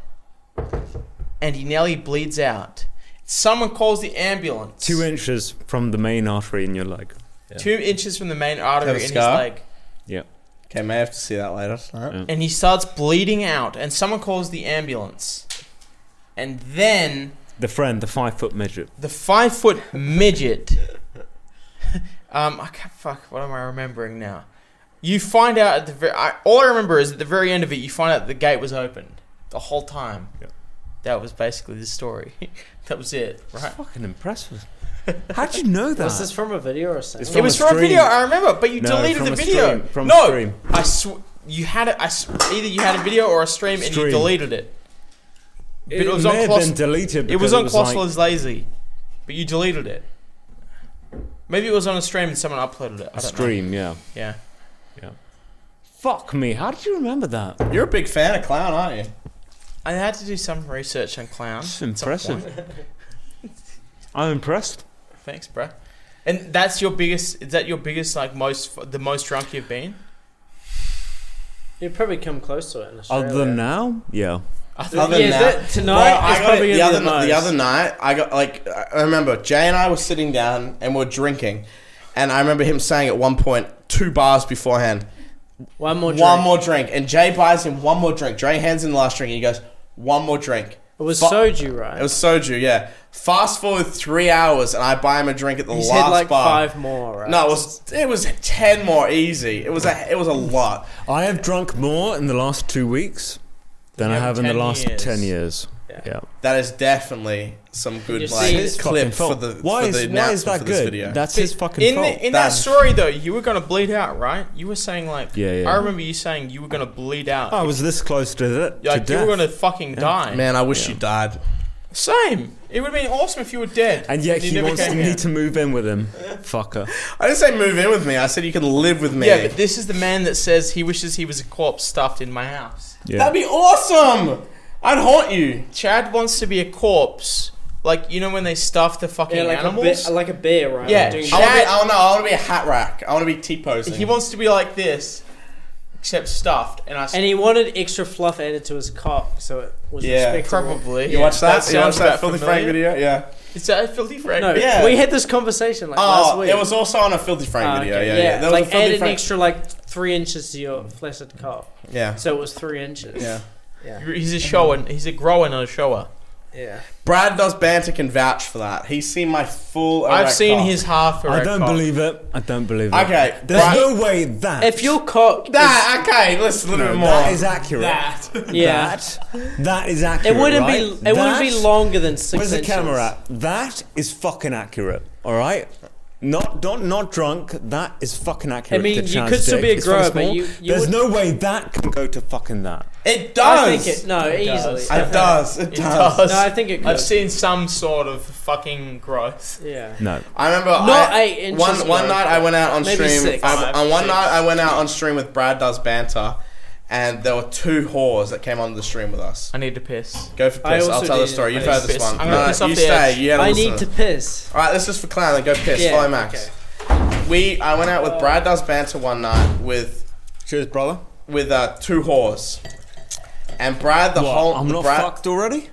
And he nearly bleeds out. Someone calls the ambulance. Two inches from the main artery in your leg. two inches from the main artery Have in a his scar? leg. Yeah. Okay, may have to see that later. Alright. and he starts bleeding out and someone calls the ambulance and then The friend, the five foot midget. the five foot midget um i can't fuck what am i remembering now you find out at the very I, all i remember is at the very end of it you find out the gate was open the whole time Yeah. that was basically the story *laughs* that was it right Fucking impressive. *laughs* How'd you know that? Was this from a video or something? It's it From was a from a video stream. i remember but you No, deleted from the a video stream, from a no stream. i sw- you had it I s- either you had a video or a stream, and you Stream. deleted it but it was may on have Clos- been deleted. It was because on like- Colossal is Lazy, but you deleted it. Maybe it was on a stream and someone uploaded it. I A don't know. stream, yeah. Yeah. Fuck me, how did you remember that? You're a big fan of clown, aren't you? I had to do some research on clown. That's impressive. *laughs* I'm impressed. Thanks, bro. And that's your biggest. Is that your biggest like most the most drunk you've been? You'd probably come close to it in Australia. Other than now, yeah. Other yeah, than that, that- tonight Well, is I got probably it the gonna other be the, most. the other night. I got like I I remember Jay and I were sitting down and we are drinking, and I remember him saying at one point two bars beforehand, one more. one drink. more drink, and Jay buys him one more drink. Jay hands him the last drink, and he goes, one more drink. It was Fu- soju, right? It was soju, yeah. Fast forward three hours, and I buy him a drink at the He's last had like bar. five more, right? No, it was it was ten more easy. It was a it was a lot. I have drunk more in the last two weeks than I Yeah, have in the 10 last years. ten years. Yeah. Yeah. That is definitely some good You like see, it's clip for Fucking the fault. why for is, the why is announcement that for this good? video. That's his fucking In fault. the, in that That's- story though, you were gonna bleed out, right? You were saying like, Yeah, yeah. I remember you saying you were gonna bleed out. I was this close to that. like to you were death. gonna fucking die. Man, I wish you died. Same. It would have been awesome if you were dead. and yet you he never wants came me here. to move in *laughs* with him. Fucker. I didn't say move in with me. I said you can live with me. Yeah, but this is the man that says he wishes he was a corpse stuffed in my house. Yeah. That'd be awesome. I'd haunt you. Chad wants to be a corpse, like you know when they stuff the fucking yeah, like animals. a bear, like a bear, right? Yeah. Doing I want to be. Chad- I want to. I want to be a hat rack. I want to be T posing. he wants to be like this, except stuffed. And I and he wanted extra fluff added to his cock, so it was Yeah, respectable. probably You watch that? you watch sounds that about filthy familiar. Frank video? Yeah. Is that a filthy Frank? No, video? Yeah. we had this conversation like last Oh, week. it was also on a filthy Frank Ah, video. okay. Yeah, yeah. That was a like filthy add an Frank- extra like three inches to your flaccid cock, Yeah. so it was three inches. Yeah. He's a shower. He's a grower, not a shower. yeah. Brad does banter can vouch for that. He's seen my full. I've erect seen cock. his half. I erect don't cock. believe it. I don't believe it. Okay, There's right. no way that. If your cock, is- That okay. Listen a little bit more. that is accurate. yeah, That, that is accurate. it wouldn't right? be it wouldn't be That- longer than six Where's the inches. camera at? That is fucking accurate. All right. Not don't not drunk. That is fucking accurate. mean, to you Chad's could still be dick. a It's fucking grower, but small. you- you There's would- no way that can go to fucking that. it I does. think it no easily. does. It does. It It does. does. No, I think it could. I've seen some sort of fucking growth. Yeah. No. I remember Not I, eight inches One one though. night I went out on Maybe stream. six. I, Five, on one six. night I went out on stream with Brad does banter, and there were two whores that came onto the stream with us. I need to piss. Go for I piss. I'll also tell the need- story. You've I need heard to this piss. one. I'm gonna No, piss off you the stay. edge. You gotta I listen need to to piss. All right, this is for clown. Then go piss. Yeah, Follow Max. We I went out with Brad does banter one night with Cheers, brother. with uh, two whores, and Brad the whole I'm not Brad, fucked already.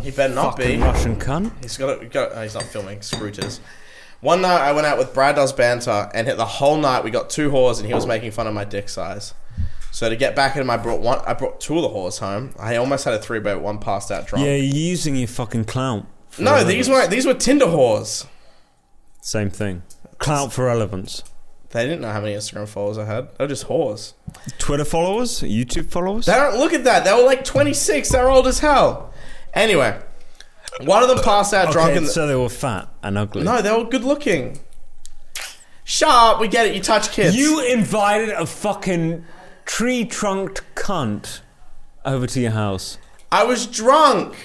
He better not Fucking be. Russian cunt. He's got it. Got it. oh, he's not filming. Scrooters. One night I went out with Brad does banter and hit the whole night. We got two whores and he was making fun of my dick size. So to get back at him, I brought one. I brought two of the whores home. I almost had a three, but one passed out drunk. Yeah, you're using your fucking clout. for no, these relevance. were these were Tinder whores. same thing. Clout for relevance. They didn't know how many Instagram followers I had. They were just whores. Twitter followers, YouTube followers. They don't look at that. They were like 26. They're old as hell. Anyway, one of them passed out okay, drunk. And so they were fat and ugly. no, they were good looking. Shut up. We get it. You touch kids. You invited a fucking tree trunked cunt over to your house. I was drunk.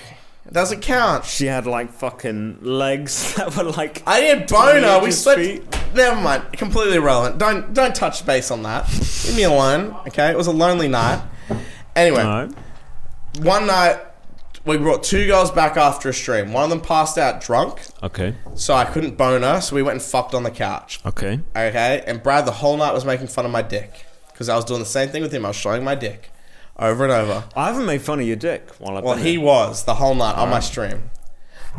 It doesn't count. She had like fucking legs *laughs* that were like. I didn't bone her. We Outrageous slept. feet. Never mind. Completely irrelevant. Don't don't touch base on that. Leave me alone. Okay. It was a lonely night. Anyway, No. one night we brought two girls back after a stream. One of them passed out drunk, Okay. so I couldn't bone her, so we went and fucked on the couch. Okay. Okay, and Brad the whole night was making fun of my dick because I was doing the same thing with him. I was showing my dick over and over. I haven't made fun of your dick while I've Well, been he was the whole night on my stream.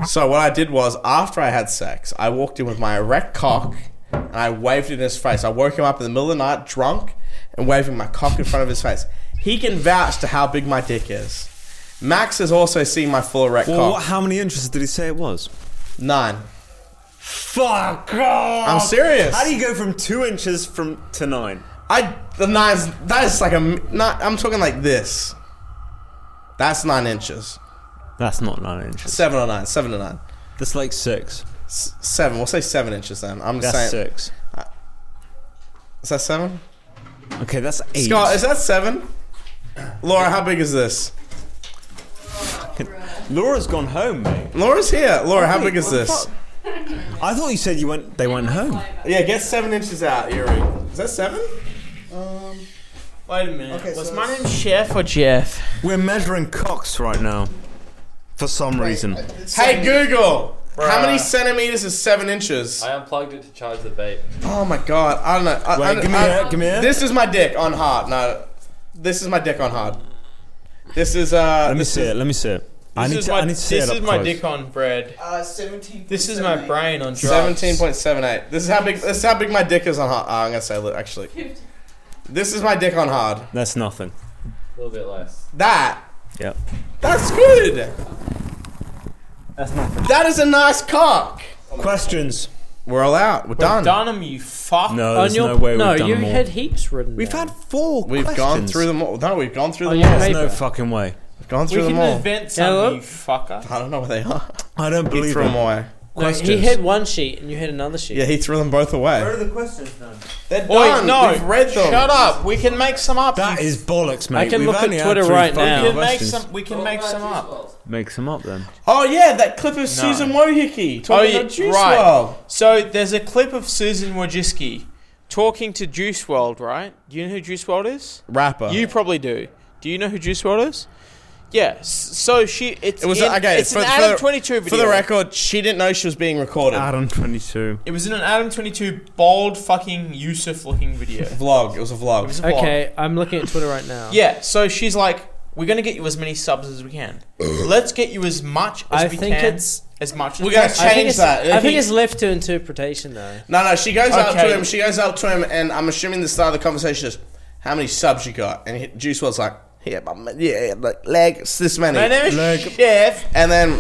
So what I did was after I had sex, I walked in with my erect cock and I waved it in his face. I woke him up in the middle of the night, drunk, and waving my cock in front of his face. He can vouch to how big my dick is. Max has also seen my full erect Well, cock. what, how many inches did he say it was? Nine. Fuck I'm serious. How do you go from two inches from to nine? I the nine's that is like a m- not. I'm talking like this. That's nine inches. That's not nine inches. Seven or nine. Seven or nine. That's like six. S- seven. We'll say seven inches then. I'm just That's saying. six. Is that seven? Okay, that's eight. Scott, is that seven? Laura, how big is this? Laura's gone home, mate. Laura's here. Laura, how big is this? I thought you said you went. They went home. Yeah, get seven inches out, Yuri. Is that seven? Wait a minute. Okay, Was so my it's- name Chef or Jeff? We're measuring cocks right now, for some reason. Hey Google, how many Bruh. centimeters is seven inches? I unplugged it to charge the vape. Oh my god, I don't know. I, I, Wait, give me I- a- give me a- This is my dick on hard. No, this is my dick on hard. This is uh. Let me this see is- it. Let me see it. I need, is to, my, I need to see this it up is my close. dick on bread. Uh, 17. This is my brain on drugs. Seventeen point seven eight. This is how big. This is how big my dick is on hard. Ah, I'm gonna say look, actually. This is my dick on hard. That's nothing. A little bit less. That. Yep. That's good. That's not. That is a nice cock. Questions? We're all out. We're, done. Dunham, you fuck. No, On there's your, no way we've no, done you more. had heaps written. We've down. had four. We've gone questions. through them all. No, we've gone through on them. your all. There's paper. no fucking way. We've gone We through can them all. invent some, Hello? you fucker. I don't know where they are. I don't He believe threw them it. away. No, he had one sheet and you had another sheet. Yeah, he threw them both away. the questions then? They're Oi, done. Oh, no. We've read them. Shut up. We can make some up. That you is bollocks, mate. can We've look at only had Twitter three right fucking now. We can make questions. some. We can make some up. Make some up then. Oh yeah, that clip of Susan Wojcicki talking yeah, about Juice Oh, right. WRLD. So there's a clip of Susan Wojcicki talking to Juice World, right? Do you know who Juice World is? rapper. You probably do. Do you know who Juice World is? Yeah. s- So she. It's it was in, okay. It's for, an for Adam the- 22 video. For the record, she didn't know she was being recorded. Adam 22. Uh, It was in an Adam 22 bold fucking Yusuf *laughs* looking video. It vlog. It was a vlog. was a vlog. Okay, I'm looking at Twitter right now. Yeah, so she's like, we're gonna get you as many subs as we can. Uh-huh. Let's get you as much as I we think can. it's- as much. We're as gonna change we can. I think it's, that. I think He- it's left to interpretation though. No, no, she goes up Okay. to him. She goes up to him, and I'm assuming the start of the conversation is, "How many subs you got?" And he, Juice was like, "Yeah, my ma- yeah, like legs this many." My name is Chef and then,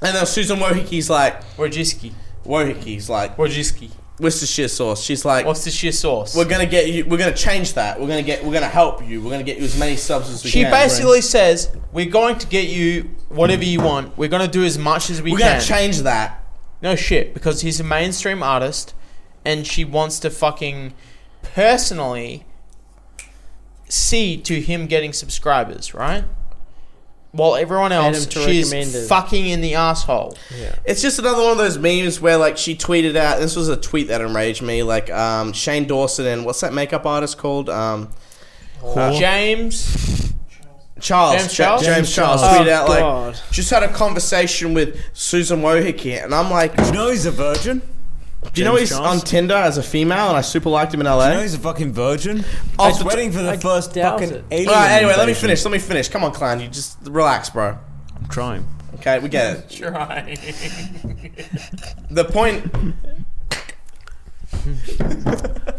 and then Susan Wojcicki's like, Wojcicki. Wojcicki's like Wojcicki. Worcestershire sauce. She's like, What's the sheer sauce? "We're gonna get you. We're gonna change that. We're gonna get. We're gonna help you. We're gonna get you as many subs as we she can." basically says, "We're going to get you whatever you want. We're gonna do as much as we we're can." gonna change that. no shit, because he's a mainstream artist, and she wants to fucking personally see to him getting subscribers, right? While everyone Adam else, to recommend it. she's fucking in the asshole. It's just another one of those memes where like she tweeted out. This was a tweet that enraged me. Like um, Shane Dawson and what's that makeup artist called? Um, James. Charles, James James Charles? Charles, James James Charles, Charles. tweeted Oh, out like God. just had a conversation with Susan Wojcicki, and I'm like, do You know he's a virgin? you know James he's Charles? on Tinder as a female, and I super liked him in LA. You know he's a fucking virgin? I Off was the waiting for the I first doubt fucking it. alien. All right, anyway, let me invasion. finish. Let me finish. Come on, clown, you just relax, bro. I'm trying. Okay, we get it. Trying. The point.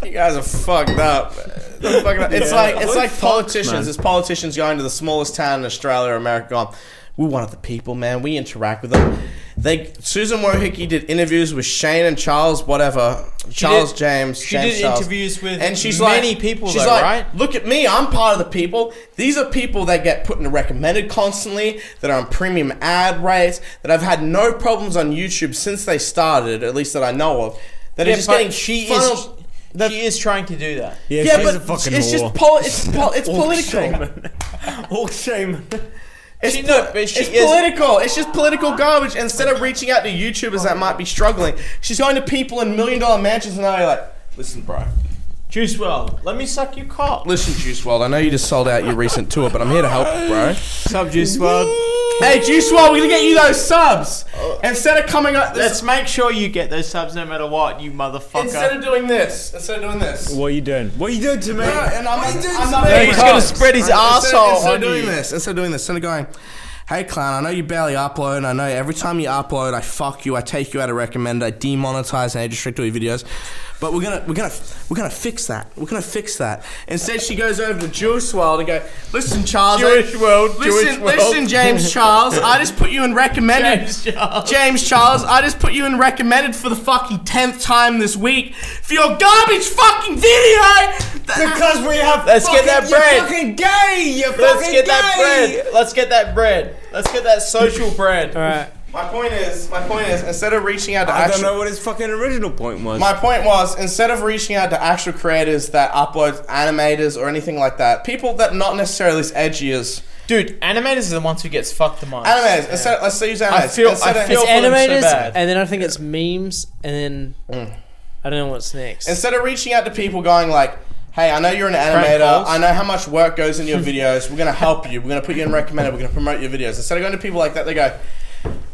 you guys are fucked up. They're fucking up. It's like it's like politicians. man. It's politicians going to the smallest town in Australia or America. Going, we want the people, man. We interact with them. They Susan Wojcicki did interviews with Shane and Charles, whatever Charles did- James. she James did Charles. interviews with and she's many like, people, She's though, like, right? look at me. I'm part of the people. These are people that get put in recommended constantly, that are on premium ad rates, that I've had no problems on YouTube since they started, at least that I know of. That are Yeah, just but getting she funneled- is that- she is trying to do that. Yeah, yeah, she's but a fucking it's whore. just pol- *laughs* it's pol- it's political. *laughs* Shaman. All shaman. It's, She- po- no, but she it's is- political. It's just political garbage. Instead of reaching out to YouTubers that might be struggling, she's going to people in million dollar mansions and they're like, "Listen, bro, Juice well, let me suck your cock. listen, Juice World. I know you just sold out your recent tour, but I'm here to help, bro." Sub Juice World. Hey, Juice WRLD, we're gonna get you those subs instead of coming up. This, Let's make sure you get those subs no matter what, you motherfucker. instead of doing this, instead of doing this. What are you doing? What are you doing to me? And I'm, I'm, I'm not Hey, being he's cold. gonna spread his Instead- asshole Instead of on doing you. this, instead of doing this, instead of going, hey clown, I know you barely upload. and I know every time you upload, I fuck you. I take you out of recommend. I demonetize and I restrict all your videos. But we're gonna we're gonna we're gonna fix that. We're gonna fix that. Instead, she goes over to Jewish World and go, listen, Charles. I- Jewish World, Listen, Jewish World." listen, James Charles. I just put you in recommended. James Charles. James Charles, I just put you in recommended for the fucking tenth time this week for your garbage fucking video. Because we have. Let's get that bread. You're fucking gay. You're Let's fucking get that gay. bread. Let's get that bread. Let's get that social *laughs* bread. Alright. My point is, my point is, instead of reaching out to I don't actual, know what his fucking original point was. my point was, instead of reaching out to actual creators that upload animators or anything like that, people that not necessarily as edgy as Dude, animators are the ones who gets fucked the most. animators. Instead, let's say use animators. I feel- instead I of, feel- for It's them so animators, bad. and then I think it's memes, and then Mm. I don't know what's next. instead of reaching out to people going like. Hey, I know you're an animator. calls. I know how much work goes into your videos. We're gonna help you. We're gonna put you in recommended. We're gonna promote your videos. Instead of going to people like that, they go,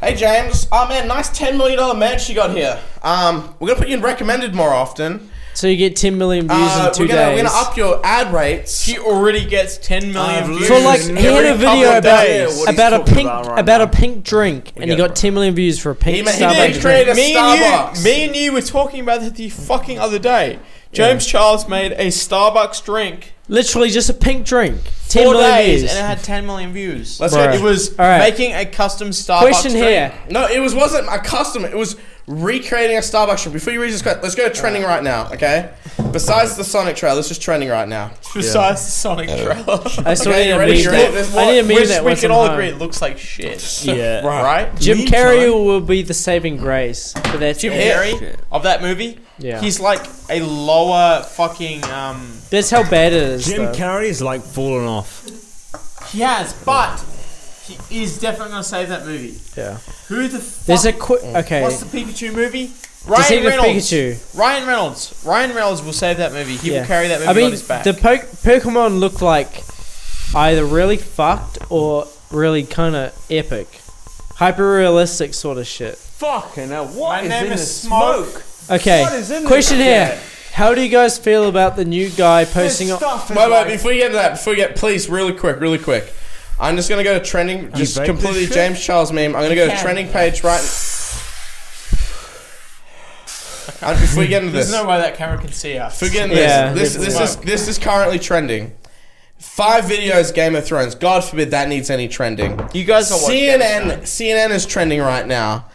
"Hey James, oh man, nice ten million dollar match you got here. Um, we're gonna put you in recommended more often. so you get 10 million views Uh, in 2 we're, gonna, days. we're gonna up your ad rates. She already gets 10 million I've views. so like he had a every couple video of about days. What about a talking pink about about, right a pink drink, and he get it, got 10 million views for a pink He ma- he Starbucks did drink. create a me and Starbucks. you, me and you were talking about it the fucking other day. James Charles made a Starbucks drink Literally just a pink drink. 10 four million days views. and it had 10 million views. Let's Bruh. go. it was All right. making a custom Starbucks Question drink. here. No, it was wasn't a custom. It was recreating a Starbucks drink. Before you read this, quote, let's go to trending right now. Okay. Besides the Sonic trailer, this is trending right now. Besides the Sonic trailer. I still Okay, need you *laughs* a ready? meme Sure. This that. I need a meme Which that we once can I'm all home. agree it looks like shit. Yeah. Right. Jim Meantime- Carrey will be the saving grace, but that's Jim it. Carrey of that movie, Yeah. he's like a lower fucking. Um, That's how bad it is. Jim though. Carrey's like fallen off. he has, but he is definitely gonna save that movie. Yeah. Who the fuck? There's a quick. Okay. What's the Pikachu movie? Ryan Detective Reynolds. Pikachu. Ryan Reynolds. Ryan Reynolds will save that movie. He yeah. will carry that movie I mean, on his back. the po- Pokemon look like either really fucked or really kind of epic, hyper realistic sort of shit. Fucking hell! My What name is Smoke. Okay. What is in Question this here. shit? How do you guys feel about the new guy posting on? stuff is Wait, wait. like- uh, Before you get to that, before you get, please, really quick, really quick. I'm just gonna go to trending. Just baked completely this shit? James Charles meme. I'm gonna go to trending page *laughs* right. Uh, before you get into this, There's no way that camera can see us. Forget Yeah. this. This, this is Smoke. this is currently trending. Five videos, Game of Thrones. God forbid that needs any trending. You guys are CNN, CNN is trending right now.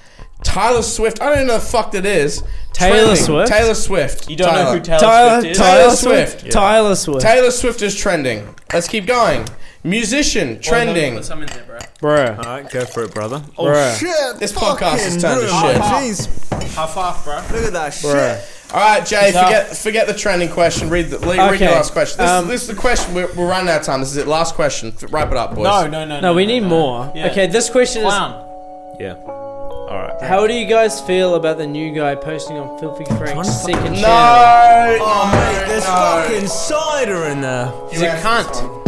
Taylor Swift. I don't even know the fuck that is. Taylor Trending. Swift? Taylor Swift. You don't know who Taylor, Tyler, Swift is. Tyler Taylor Swift. Swift. Tyler Swift. Taylor Swift is trending. Let's keep going. Musician trending. Put some in there, bro. Bruh. Alright, go for it, brother. Oh, Bruh. shit! This podcast is turned to ruined. shit. Jeez, Half half, bro. look at that Bruh. shit. All right, Jay. It's up. Forget forget the trending question. Read the read Okay, the last question. This, um, this is the question. We're, we're running out of time. This is it. Last question. F- Wrap it up, boys. No, no, no. No, we need more. Yeah. Okay, this question is: Clown. Yeah. Alright. How do you guys feel about the new guy posting on Filthy Frank's second No. channel? Oh, There's no. fucking cider in there. He's a cunt.